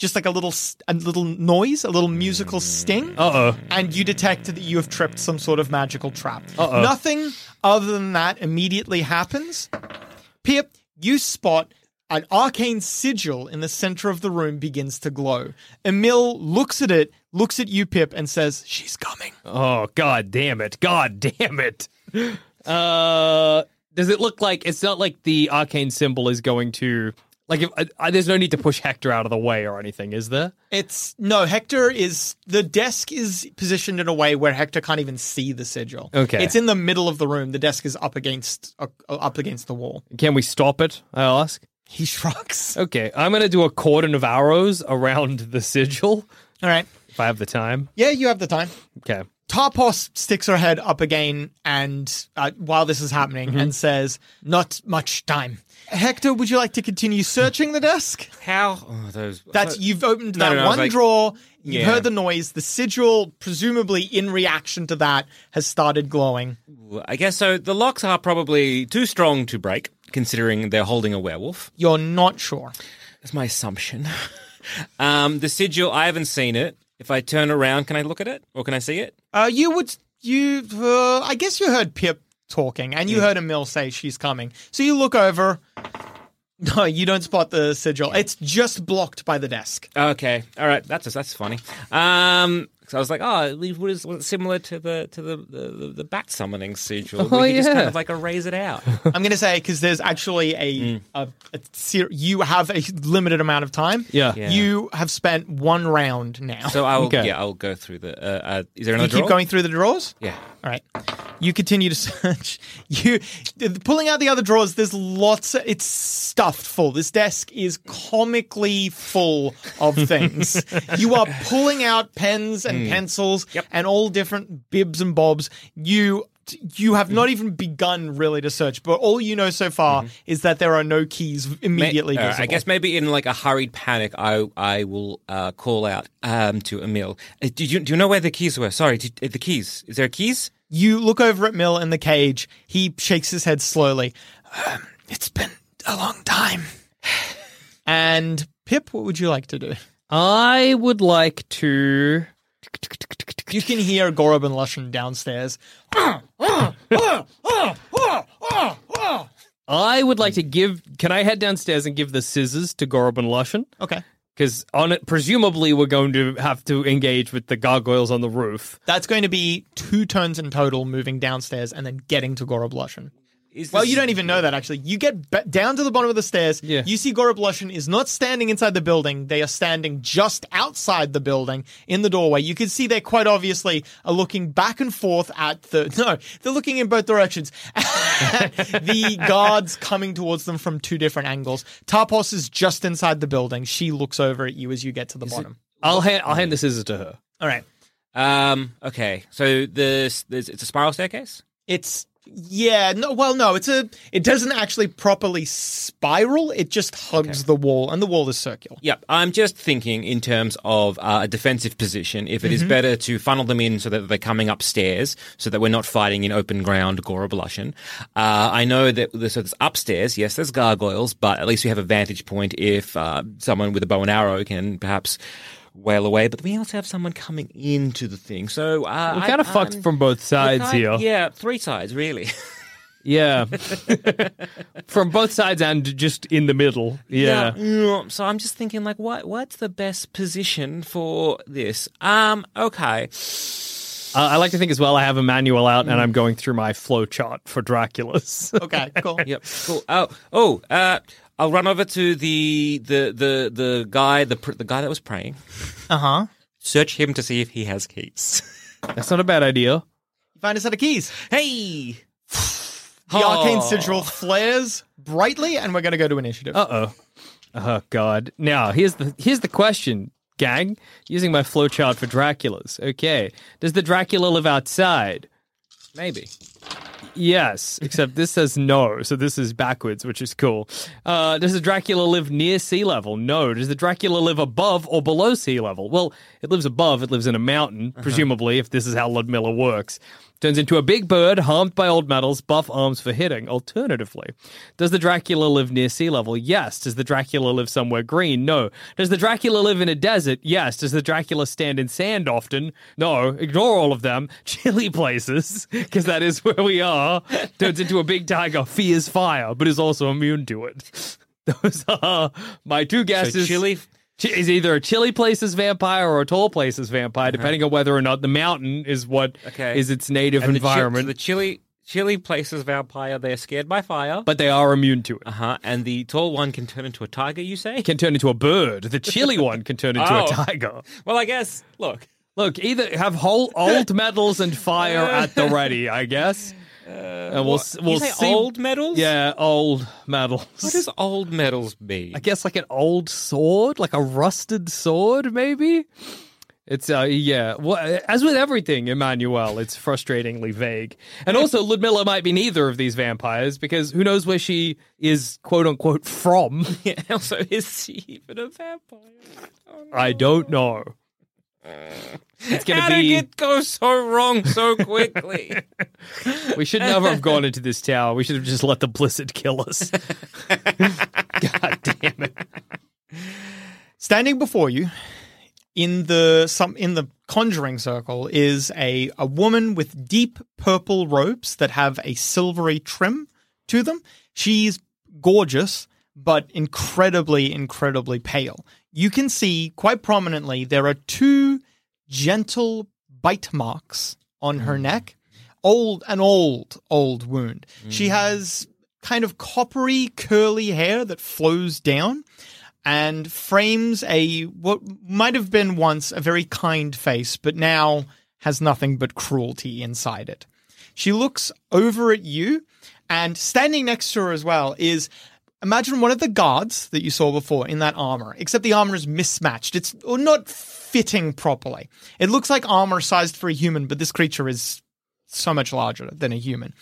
[SPEAKER 4] just like a little s- a little noise, a little musical sting.
[SPEAKER 5] Uh-oh.
[SPEAKER 4] And you detect that you have tripped some sort of magical trap. Uh-oh. Nothing other than that immediately happens. Pip, you spot an arcane sigil in the center of the room begins to glow. Emil looks at it, looks at you, Pip, and says, "She's coming."
[SPEAKER 5] Oh god damn it. God damn it. Uh does it look like it's not like the arcane symbol is going to like if, uh, uh, there's no need to push Hector out of the way or anything, is there?
[SPEAKER 4] It's no Hector is the desk is positioned in a way where Hector can't even see the sigil.
[SPEAKER 5] Okay.
[SPEAKER 4] it's in the middle of the room. The desk is up against uh, up against the wall.
[SPEAKER 5] Can we stop it? I'll ask.
[SPEAKER 4] He shrugs.
[SPEAKER 5] Okay, I'm going to do a cordon of arrows around the sigil
[SPEAKER 4] All right.
[SPEAKER 5] if I have the time.
[SPEAKER 4] Yeah, you have the time.
[SPEAKER 5] Okay.
[SPEAKER 4] Tarpos sticks her head up again and uh, while this is happening
[SPEAKER 6] Mm-hmm.
[SPEAKER 4] and says, "Not much time." Hector, would you like to continue searching the desk?
[SPEAKER 6] how oh, those
[SPEAKER 4] That's
[SPEAKER 6] uh,
[SPEAKER 4] you've opened
[SPEAKER 6] No,
[SPEAKER 4] that
[SPEAKER 6] no, no, I was
[SPEAKER 4] one
[SPEAKER 6] like-
[SPEAKER 4] drawer. You've
[SPEAKER 6] Yeah.
[SPEAKER 4] heard the noise. The sigil, presumably in reaction to that, has started glowing.
[SPEAKER 6] I guess so. The locks are probably too strong to break, considering they're holding a werewolf.
[SPEAKER 4] You're not sure.
[SPEAKER 6] That's my assumption. um, the sigil, I haven't seen it. If I turn around, can I look at it or can I see it?
[SPEAKER 4] Uh, you would you? Uh, I guess you heard Pip talking, and you
[SPEAKER 5] Mm.
[SPEAKER 4] heard Emil say she's coming. So you look over. No, you don't spot the sigil. It's just blocked by the desk.
[SPEAKER 6] Okay, all right. That's that's funny. Um, 'cause I was like, oh, it was was it similar to the to the the, the, the bat summoning sigil.
[SPEAKER 5] Oh,
[SPEAKER 6] we could just
[SPEAKER 5] yeah.
[SPEAKER 6] kind of like erase it out.
[SPEAKER 4] I'm going to say because there's actually a,
[SPEAKER 5] Mm.
[SPEAKER 4] a, a ser- you have a limited amount of time.
[SPEAKER 5] Yeah.
[SPEAKER 6] Yeah.
[SPEAKER 4] you have spent one round now.
[SPEAKER 6] So I'll
[SPEAKER 5] Okay.
[SPEAKER 6] yeah, I'll go through the. Uh, uh, is there
[SPEAKER 4] you
[SPEAKER 6] another
[SPEAKER 4] keep
[SPEAKER 6] drawer?
[SPEAKER 4] going through the drawers.
[SPEAKER 6] Yeah.
[SPEAKER 4] All right. You continue to search. You pulling out the other drawers. There's lots. Of, it's stuffed full. This desk is comically full of things. you are pulling out pens and
[SPEAKER 6] Hmm.
[SPEAKER 4] pencils and all different bibs and bobs. You you have not even begun really to search, but all you know so far is that there are no keys
[SPEAKER 6] Ma-
[SPEAKER 4] immediately
[SPEAKER 6] all right,
[SPEAKER 4] visible.
[SPEAKER 6] Mm-hmm. uh, I guess maybe in like a hurried panic, I I will uh, call out um, to Emil. Uh, do you do you know where the keys were? Sorry, did, uh, the keys. Is there keys?
[SPEAKER 4] You look over at Mill in the cage. He shakes his head slowly. Um, it's been a long time. And Pip, what would you like to do?
[SPEAKER 5] I would like to
[SPEAKER 4] You can hear Gorob and Lushan downstairs.
[SPEAKER 5] I would like to give can I head downstairs and give the scissors to Gorob and Lushan?
[SPEAKER 4] Okay.
[SPEAKER 5] Because on it, presumably we're going to have to engage with the gargoyles on the roof.
[SPEAKER 4] That's going to be two turns in total moving downstairs and then getting to Gorob Lushan.
[SPEAKER 6] Is
[SPEAKER 4] Well,
[SPEAKER 6] this-
[SPEAKER 4] you don't even know that actually. You get ba down to the bottom of the stairs.
[SPEAKER 5] Yeah.
[SPEAKER 4] You see Gorob Lushan is not standing inside the building. They are standing just outside the building in the doorway. You can see they quite obviously are looking back and forth at the no, they're looking in both directions. the guards coming towards them from two different angles. Tarpos is just inside the building. She looks over at you as you get to the bottom.
[SPEAKER 5] I'll hand I'll hand the scissors to her.
[SPEAKER 4] All right.
[SPEAKER 6] Um. Okay. So this, there's it's a spiral staircase.
[SPEAKER 4] It's yeah, no well no, it's a it doesn't actually properly spiral. It just hugs the wall and the wall is circular.
[SPEAKER 6] Yep. I'm just thinking in terms of uh, a defensive position. If it is
[SPEAKER 5] Mm-hmm.
[SPEAKER 6] better to funnel them in so that they're coming upstairs, so that we're not fighting in open ground, Gora Blushin. Uh, I know that the- so it's upstairs. Yes, there's gargoyles, but at least we have a vantage point if uh, someone with a bow and arrow can perhaps wail away. But we also have someone coming into the thing, so uh,
[SPEAKER 5] We're
[SPEAKER 6] I-
[SPEAKER 5] kind of
[SPEAKER 6] I'm-
[SPEAKER 5] fucked from both
[SPEAKER 6] we're
[SPEAKER 5] sides
[SPEAKER 6] kind-
[SPEAKER 5] here.
[SPEAKER 6] Yeah, three sides really.
[SPEAKER 5] Yeah. From both sides and just in the middle. Yeah.
[SPEAKER 6] Mm, So I'm just thinking, like, what what's the best position for this? Um, okay.
[SPEAKER 5] Uh, I like to think as well, I have a manual out and I'm going through my flow chart for Dracula's.
[SPEAKER 4] Okay, cool.
[SPEAKER 6] Yep. Cool. Oh, oh. Uh, I'll run over to the the the the guy the pr- the guy that was praying.
[SPEAKER 4] Uh huh.
[SPEAKER 6] Search him to see if he has keys.
[SPEAKER 5] Uh-huh. That's not a bad idea.
[SPEAKER 4] You find a set of keys.
[SPEAKER 6] hey.
[SPEAKER 4] The arcane sigil flares brightly, and we're going to go to initiative.
[SPEAKER 5] Uh oh. Oh god. Now here's the here's the question, gang. Using my flowchart for Dracula's. Okay. Does the Dracula live outside?
[SPEAKER 6] Maybe.
[SPEAKER 5] Yes. Except this says no, so this is backwards, which is cool. Uh, does the Dracula live near sea level? No. Does the Dracula live above or below sea level? Well, it lives above. It lives in a mountain, presumably, if this is how Ludmilla works. Turns into a big bird, harmed by old metals, buff arms for hitting. Alternatively, does the Dracula live near sea level? Yes. Does the Dracula live somewhere green? No. Does the Dracula live in a desert? Yes. Does the Dracula stand in sand often? No. Ignore all of them. Chilly places, because that is where we are. Turns into a big tiger, fears fire, but is also immune to it. Those are my two
[SPEAKER 6] So
[SPEAKER 5] guesses.
[SPEAKER 6] chili.
[SPEAKER 5] Chi- is either a chilly places vampire or a tall places vampire, depending on whether or not the mountain is what is
[SPEAKER 6] Uh-huh. Okay.
[SPEAKER 5] its native
[SPEAKER 6] and the chi-
[SPEAKER 5] environment.
[SPEAKER 6] The, chili chili places vampire. They're scared by fire.
[SPEAKER 5] but they are immune to it.
[SPEAKER 6] uh huh. And the tall one can turn into a tiger. You say?
[SPEAKER 5] Can turn into a bird. The chilly one can turn into
[SPEAKER 6] Oh.
[SPEAKER 5] a tiger.
[SPEAKER 6] well, I guess. Look.
[SPEAKER 5] Look, either have whole old metals and fire at the ready, I guess.
[SPEAKER 6] Uh,
[SPEAKER 5] and Uh, we'll s-
[SPEAKER 6] You
[SPEAKER 5] we'll
[SPEAKER 6] say
[SPEAKER 5] see.
[SPEAKER 6] old metals.
[SPEAKER 5] Yeah, old metals.
[SPEAKER 6] What does old metals be?
[SPEAKER 5] I guess like an old sword, like a rusted sword, maybe. It's uh yeah. Well, as with everything, Emmanuel, it's frustratingly vague. And also, Ludmilla might be neither of these vampires because who knows where she is, quote unquote, from.
[SPEAKER 6] Yeah, also, is she even a vampire?
[SPEAKER 5] I don't know. It's gonna
[SPEAKER 6] Uh, How
[SPEAKER 5] be.
[SPEAKER 6] did it go so wrong so quickly?
[SPEAKER 5] We should never have gone into this tower. We should have just let the blizzard kill us. God damn it!
[SPEAKER 4] Standing before you in the some in the conjuring circle is a, a woman with deep purple robes that have a silvery trim to them. She's gorgeous, but incredibly, incredibly pale. You can see quite prominently there are two gentle bite marks on her neck. Old an old, old wound. She has kind of coppery, curly hair that flows down and frames a what might have been once a very kind face, but now has nothing but cruelty inside it. She looks over at you, and standing next to her as well is imagine one of the guards that you saw before in that armor, except the armor is mismatched. It's or not fitting properly. It looks like armor sized for a human, but this creature is so much larger than a human.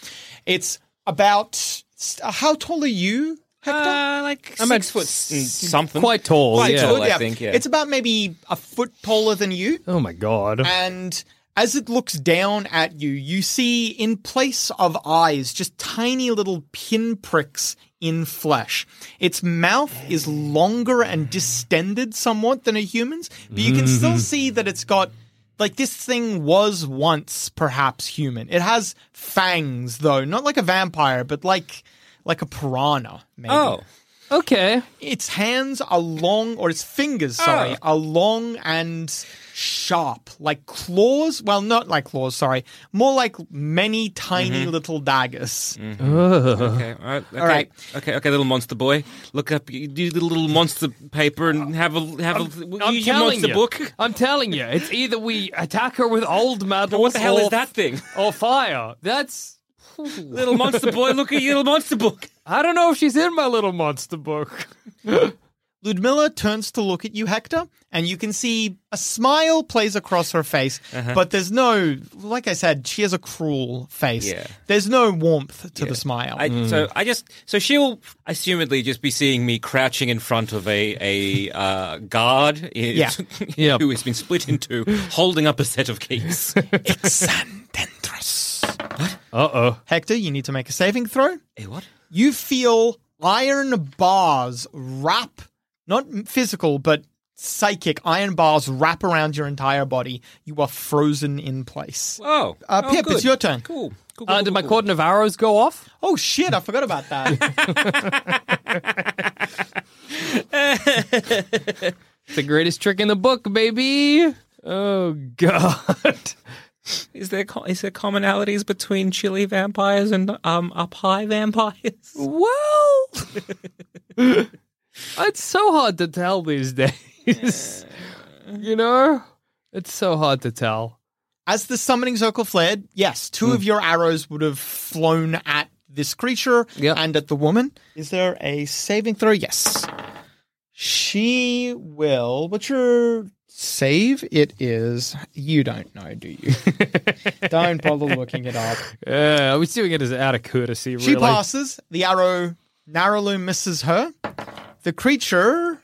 [SPEAKER 4] It's about uh, how tall are you, Hector?
[SPEAKER 6] uh, like
[SPEAKER 5] I'm
[SPEAKER 6] six
[SPEAKER 5] at
[SPEAKER 6] foot
[SPEAKER 5] s-
[SPEAKER 6] s- something.
[SPEAKER 5] Quite tall.
[SPEAKER 6] Quite
[SPEAKER 5] yeah.
[SPEAKER 6] tall. I think, yeah.
[SPEAKER 4] It's about maybe a foot taller than you.
[SPEAKER 5] Oh my god.
[SPEAKER 4] And as it looks down at you, you see in place of eyes just tiny little pinpricks in flesh. Its mouth is longer and distended somewhat than a human's, but you can
[SPEAKER 5] Mm-hmm.
[SPEAKER 4] still see that it's got like this thing was once perhaps human. It has fangs though, not like a vampire, but like like a piranha maybe.
[SPEAKER 6] Oh,
[SPEAKER 5] Okay.
[SPEAKER 4] Its hands are long, or its fingers, sorry, are long and sharp, like claws. Well, not like claws, sorry, more like many tiny little daggers.
[SPEAKER 6] Mm-hmm. okay, all right, okay,
[SPEAKER 4] right.
[SPEAKER 6] okay, okay, little monster boy. Look up, you do the little monster paper and have a have a
[SPEAKER 5] I'm
[SPEAKER 6] use your
[SPEAKER 5] telling
[SPEAKER 6] monster
[SPEAKER 5] you.
[SPEAKER 6] book.
[SPEAKER 5] I'm telling you. It's either we attack her with old metals.
[SPEAKER 6] What the hell
[SPEAKER 5] or,
[SPEAKER 6] is that thing?
[SPEAKER 5] Or fire. That's.
[SPEAKER 6] little monster boy, look at your little monster book.
[SPEAKER 5] I don't know if she's in my little monster book.
[SPEAKER 4] Ludmilla turns to look at you, Hector, and you can see a smile plays across her face,
[SPEAKER 5] Uh-huh.
[SPEAKER 4] but there's no, like I said, she has a cruel face.
[SPEAKER 6] Yeah.
[SPEAKER 4] There's no warmth to the smile. Mm.
[SPEAKER 6] I,
[SPEAKER 5] Hmm.
[SPEAKER 6] So I just so she'll assumedly just be seeing me crouching in front of a a uh, guard i-
[SPEAKER 4] Yeah.
[SPEAKER 5] Yep.
[SPEAKER 6] who has been split into holding up a set of keys.
[SPEAKER 4] Xandentros.
[SPEAKER 5] Uh oh.
[SPEAKER 4] Hector, you need to make a saving throw.
[SPEAKER 6] Eh, what?
[SPEAKER 4] you feel iron bars wrap not m- physical but psychic iron bars wrap around your entire body. You are frozen in place.
[SPEAKER 6] Oh,
[SPEAKER 4] Uh,
[SPEAKER 6] oh,
[SPEAKER 4] Pip,
[SPEAKER 6] good.
[SPEAKER 4] it's your turn.
[SPEAKER 6] Cool. Cool. cool,
[SPEAKER 5] Uh,
[SPEAKER 6] cool,
[SPEAKER 5] did my
[SPEAKER 6] cool.
[SPEAKER 5] cord Navarros go off?
[SPEAKER 4] Oh shit, I forgot about that.
[SPEAKER 5] It's the greatest trick in the book, baby. Oh god.
[SPEAKER 6] Is there co- is there commonalities between chilly vampires and um up high vampires?
[SPEAKER 5] Well, it's so hard to tell these days. you know, it's so hard to tell.
[SPEAKER 4] As the summoning circle flared, yes, two of your arrows would have flown at this creature
[SPEAKER 5] Yep.
[SPEAKER 4] and at the woman. Is there a saving throw? Yes. She will. What's your save? It is. You don't know, do you? don't bother looking it up.
[SPEAKER 5] Yeah, I was doing it as out of courtesy. Really.
[SPEAKER 4] She passes. The arrow narrowly misses her. The creature,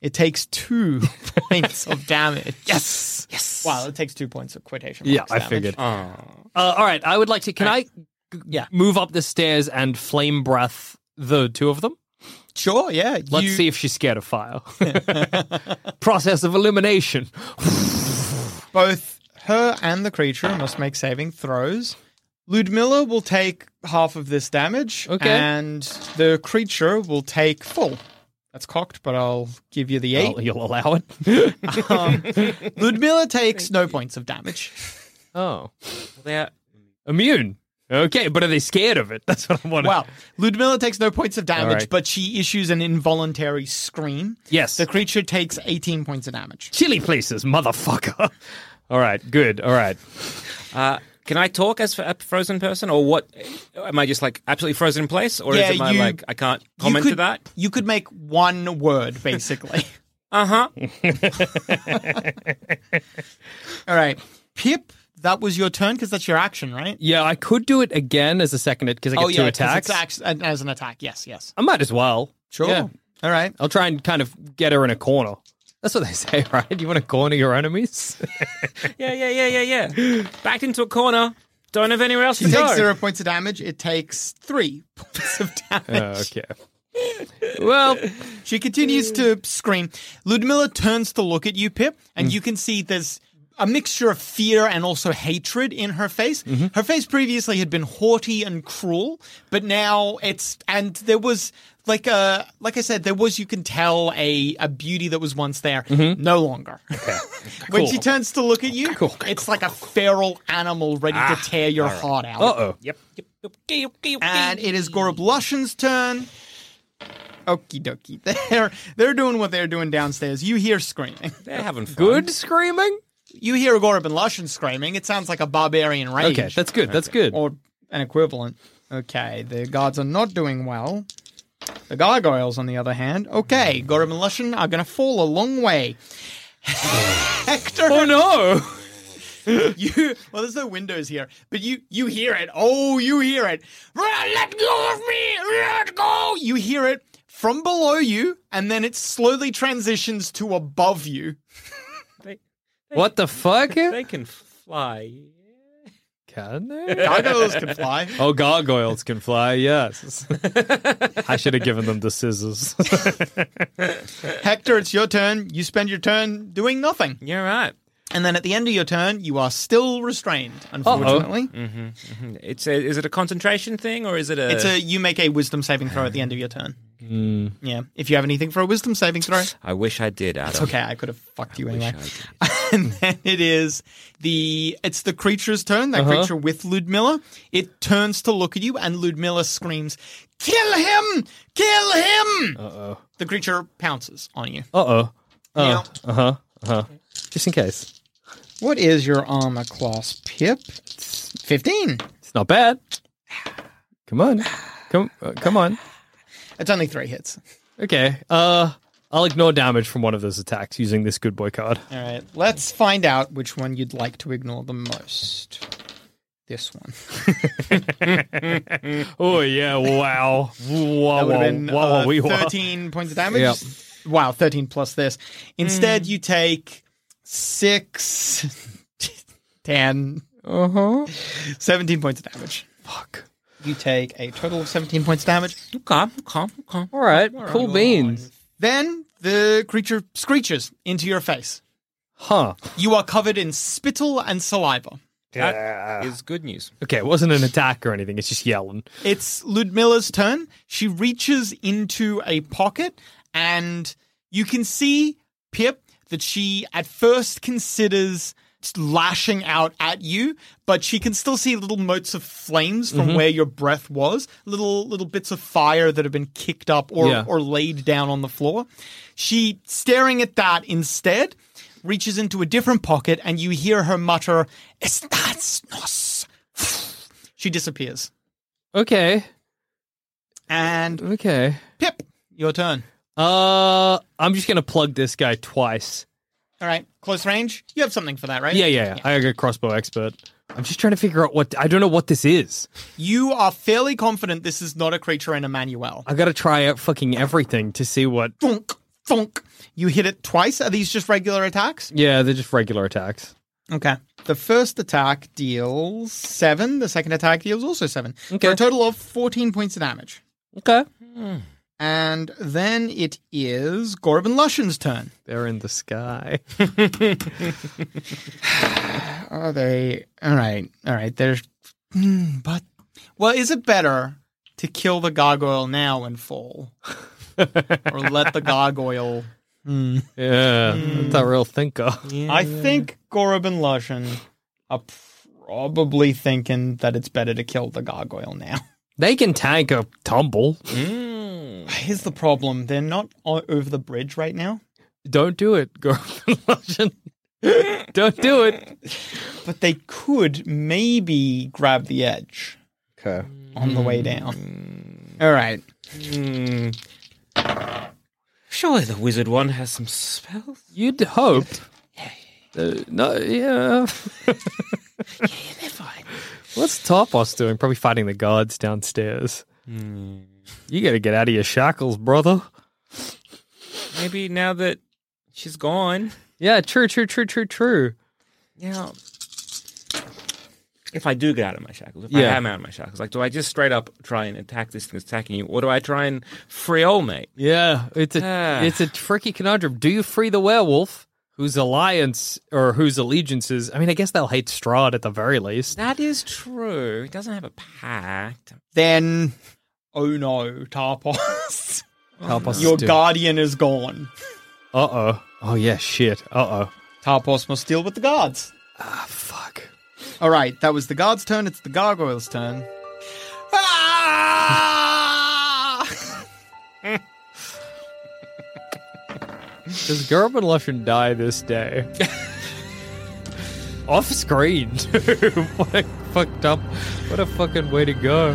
[SPEAKER 4] it takes two points of damage. Yes. Yes. Well, it takes two points of quotation
[SPEAKER 5] Yeah,
[SPEAKER 4] marks
[SPEAKER 5] I
[SPEAKER 4] damage.
[SPEAKER 5] figured.
[SPEAKER 6] Oh.
[SPEAKER 5] Uh, all right, I would like to. Can I g-
[SPEAKER 4] Yeah.
[SPEAKER 5] move up the stairs and flame breath the two of them?
[SPEAKER 4] Sure, yeah.
[SPEAKER 5] Let's
[SPEAKER 4] you-
[SPEAKER 5] see if she's scared of fire. Process of elimination.
[SPEAKER 4] Both her and the creature must make saving throws. Ludmilla will take half of this damage.
[SPEAKER 5] Okay.
[SPEAKER 4] And the creature will take full. That's cocked, but I'll give you the 8
[SPEAKER 5] Well, you'll allow it.
[SPEAKER 4] Ludmilla takes no points of damage.
[SPEAKER 5] oh,
[SPEAKER 6] They're
[SPEAKER 5] immune. Okay, but are they scared of it? That's what I want.
[SPEAKER 4] Well, Ludmilla takes no points of damage,
[SPEAKER 5] right.
[SPEAKER 4] but she issues an involuntary scream.
[SPEAKER 5] yes.
[SPEAKER 4] The creature takes 18 points of damage.
[SPEAKER 5] chilly places, motherfucker. All right, good. All right.
[SPEAKER 6] Uh, can I talk as a frozen person, or what? Am I just like absolutely frozen in place, or
[SPEAKER 4] Yeah,
[SPEAKER 6] is it my
[SPEAKER 4] you-
[SPEAKER 6] like I can't
[SPEAKER 4] You
[SPEAKER 6] comment
[SPEAKER 4] could,
[SPEAKER 6] to that?
[SPEAKER 4] You could make one word, basically.
[SPEAKER 6] Uh huh.
[SPEAKER 4] All right. Pip, that was your turn because that's your action, right?
[SPEAKER 5] Yeah, I could do it again as a second because I get two
[SPEAKER 4] Oh, 'cause
[SPEAKER 5] attacks.
[SPEAKER 4] It's act- and as an attack. Yes, yes.
[SPEAKER 5] I might as well. Yeah.
[SPEAKER 4] All right.
[SPEAKER 5] I'll try and kind of get her in a corner. That's what they say, right? You want to corner your enemies?
[SPEAKER 6] Yeah, yeah, yeah, yeah, yeah. Backed into a corner. Don't have anywhere else
[SPEAKER 4] She
[SPEAKER 6] to
[SPEAKER 4] takes
[SPEAKER 6] go.
[SPEAKER 4] zero points of damage. It takes three points of damage.
[SPEAKER 5] Oh, okay. Well,
[SPEAKER 4] She continues to scream. Ludmilla turns to look at you, Pip, and you can see there's a mixture of fear and also hatred in her face. Her face previously had been haughty and cruel, but now it's and there was like a like I said, there was you can tell a a beauty that was once there, no longer. when she turns to look at you, it's like a feral animal ready to tear your heart out.
[SPEAKER 5] uh-oh.
[SPEAKER 6] Yep. yep, Okay, okay, okay.
[SPEAKER 4] And it is Gorob Lushan's turn. Okie dokie. They're, they're doing what they're doing downstairs. You hear screaming.
[SPEAKER 6] They're having fun.
[SPEAKER 5] Good screaming?
[SPEAKER 4] You hear Gorob and Lushan screaming. It sounds like a barbarian rage.
[SPEAKER 5] Okay, that's good. That's good.
[SPEAKER 4] Or an equivalent. Okay, the guards are not doing well. The gargoyles, on the other hand. Okay, Gorob and Lushan are going to fall a long way. Hector,
[SPEAKER 5] Oh, no.
[SPEAKER 4] you well, there's no windows here, but you you hear it. Oh, you hear it. Rah, Let go of me. Let go. You hear it from below you, and then it slowly transitions to above you.
[SPEAKER 6] They,
[SPEAKER 5] What the fuck?
[SPEAKER 6] they can fly.
[SPEAKER 5] Can they?
[SPEAKER 4] Gargoyles can fly.
[SPEAKER 5] Oh, gargoyles can fly, yes. I should have given them the scissors.
[SPEAKER 4] Hector, it's your turn. You spend your turn doing nothing,
[SPEAKER 6] You're right.
[SPEAKER 4] and then at the end of your turn, you are still restrained. Unfortunately,
[SPEAKER 6] It's a, is it a concentration thing or is it a?
[SPEAKER 4] it's a you make a wisdom saving throw at the end of your turn.
[SPEAKER 5] Hmm.
[SPEAKER 4] Yeah, if you have anything for a wisdom saving throw.
[SPEAKER 6] I wish I did, Adam.
[SPEAKER 4] It's okay. I could have fucked you anyway. and then it is the it's the creature's turn. That
[SPEAKER 5] Uh-huh.
[SPEAKER 4] creature with Ludmilla. It turns to look at you, and Ludmilla screams, "Kill him! Kill him!" Uh oh. The creature pounces on you.
[SPEAKER 5] Uh-oh. Uh, uh-huh,
[SPEAKER 4] Now,
[SPEAKER 5] Just in case.
[SPEAKER 4] what is your armor class, Pip? Fifteen.
[SPEAKER 5] It's not bad. Come on. Come uh, come on.
[SPEAKER 4] It's only three hits.
[SPEAKER 5] Okay. Uh I'll ignore damage from one of those attacks using this good boy card.
[SPEAKER 4] All right. Let's find out which one you'd like to ignore the most. This one.
[SPEAKER 5] Oh yeah, wow.
[SPEAKER 4] Mm. That
[SPEAKER 5] Wow,
[SPEAKER 4] would
[SPEAKER 5] wow,
[SPEAKER 4] have been
[SPEAKER 5] wow,
[SPEAKER 4] uh,
[SPEAKER 5] wow, wee, wow.
[SPEAKER 4] 13 points of damage.
[SPEAKER 5] Yep.
[SPEAKER 4] Wow, 13 plus this.
[SPEAKER 6] Hmm.
[SPEAKER 4] Instead, you take 6, 10,
[SPEAKER 5] Uh-huh.
[SPEAKER 4] 17 points of damage.
[SPEAKER 5] Fuck.
[SPEAKER 4] You take a total of 17 points of damage.
[SPEAKER 6] Okay, okay, okay.
[SPEAKER 5] All right. cool beans.
[SPEAKER 4] Then The creature screeches into your face.
[SPEAKER 5] Huh.
[SPEAKER 4] You are covered in spittle and saliva.
[SPEAKER 6] That is good news.
[SPEAKER 5] Okay, it wasn't an attack or anything. It's just yelling.
[SPEAKER 4] It's Ludmilla's turn. She reaches into a pocket, and you can see, Pip, that she at first considers lashing out at you, but she can still see little motes of flames from where your breath was, little little bits of fire that have been kicked up or,
[SPEAKER 5] Yeah.
[SPEAKER 4] or laid down on the floor. She staring at that instead, reaches into a different pocket, and you hear her mutter, Estás nos. She disappears.
[SPEAKER 5] Okay.
[SPEAKER 4] And
[SPEAKER 5] Okay.
[SPEAKER 4] Pip, your turn.
[SPEAKER 5] Uh, I'm just gonna plug this guy twice.
[SPEAKER 4] All right, close range. You have something for that, right?
[SPEAKER 5] Yeah, yeah. yeah. I got crossbow expert. I'm just trying to figure out what I don't know what this is.
[SPEAKER 4] You are fairly confident this is not a creature in Emmanuel.
[SPEAKER 5] I gotta try out fucking everything to see what.
[SPEAKER 4] Thunk, thunk. You hit it twice. Are these just regular attacks?
[SPEAKER 5] Yeah, they're just regular attacks.
[SPEAKER 4] Okay. The first attack deals seven. The second attack deals also seven.
[SPEAKER 5] Okay.
[SPEAKER 4] For a total of 14 points of damage.
[SPEAKER 5] Okay.
[SPEAKER 4] And then it is Gorban Lushen's turn.
[SPEAKER 5] They're in the sky.
[SPEAKER 4] Are Oh, they all right? All right, there's. Hmm, but well, is it better to kill the gargoyle now and fall, or let the gargoyle? Hmm.
[SPEAKER 5] Yeah, that's a real thinker.
[SPEAKER 4] I think Gorob and Lushan are probably thinking that it's better to kill the gargoyle now.
[SPEAKER 5] They can tank a tumble.
[SPEAKER 4] Mm. Here's the problem: they're not o- over the bridge right now,
[SPEAKER 5] Don't do it, girlfriend legend. Don't do it.
[SPEAKER 4] but they could maybe grab the edge
[SPEAKER 5] Okay.
[SPEAKER 4] on the way down.
[SPEAKER 5] Mm.
[SPEAKER 4] All right.
[SPEAKER 6] Hmm. Surely the wizard one has some spells.
[SPEAKER 5] You'd hope. Uh, no, yeah. What's Topos doing? Probably fighting the guards downstairs.
[SPEAKER 4] Hmm.
[SPEAKER 5] You gotta get out of your shackles, brother.
[SPEAKER 6] Maybe now that she's gone,
[SPEAKER 5] Yeah, true, true, true, true, true.
[SPEAKER 6] now if I do get out of my shackles, if
[SPEAKER 5] Yeah.
[SPEAKER 6] I am out of my shackles, like do I just straight up try and attack this thing that's attacking you, or do I try and free old mate?
[SPEAKER 5] Yeah, it's a
[SPEAKER 6] Ah.
[SPEAKER 5] it's a tricky conundrum. Do you free the werewolf, whose alliance or whose allegiances? I mean, I guess they'll hate Strahd at the very least.
[SPEAKER 6] That is true. He doesn't have a pact.
[SPEAKER 4] Then, oh no, Tarpos.
[SPEAKER 5] Help us,
[SPEAKER 4] Your guardian is gone.
[SPEAKER 5] Uh oh. Oh yeah, shit. Uh oh.
[SPEAKER 4] Tarpos must deal with the guards.
[SPEAKER 5] Ah fuck.
[SPEAKER 4] All right, that was the guards' turn. It's the gargoyle's turn. Ah!
[SPEAKER 5] Does Gerben Lushan die this day? Off screen. too. what a fucked up. What a fucking way to go.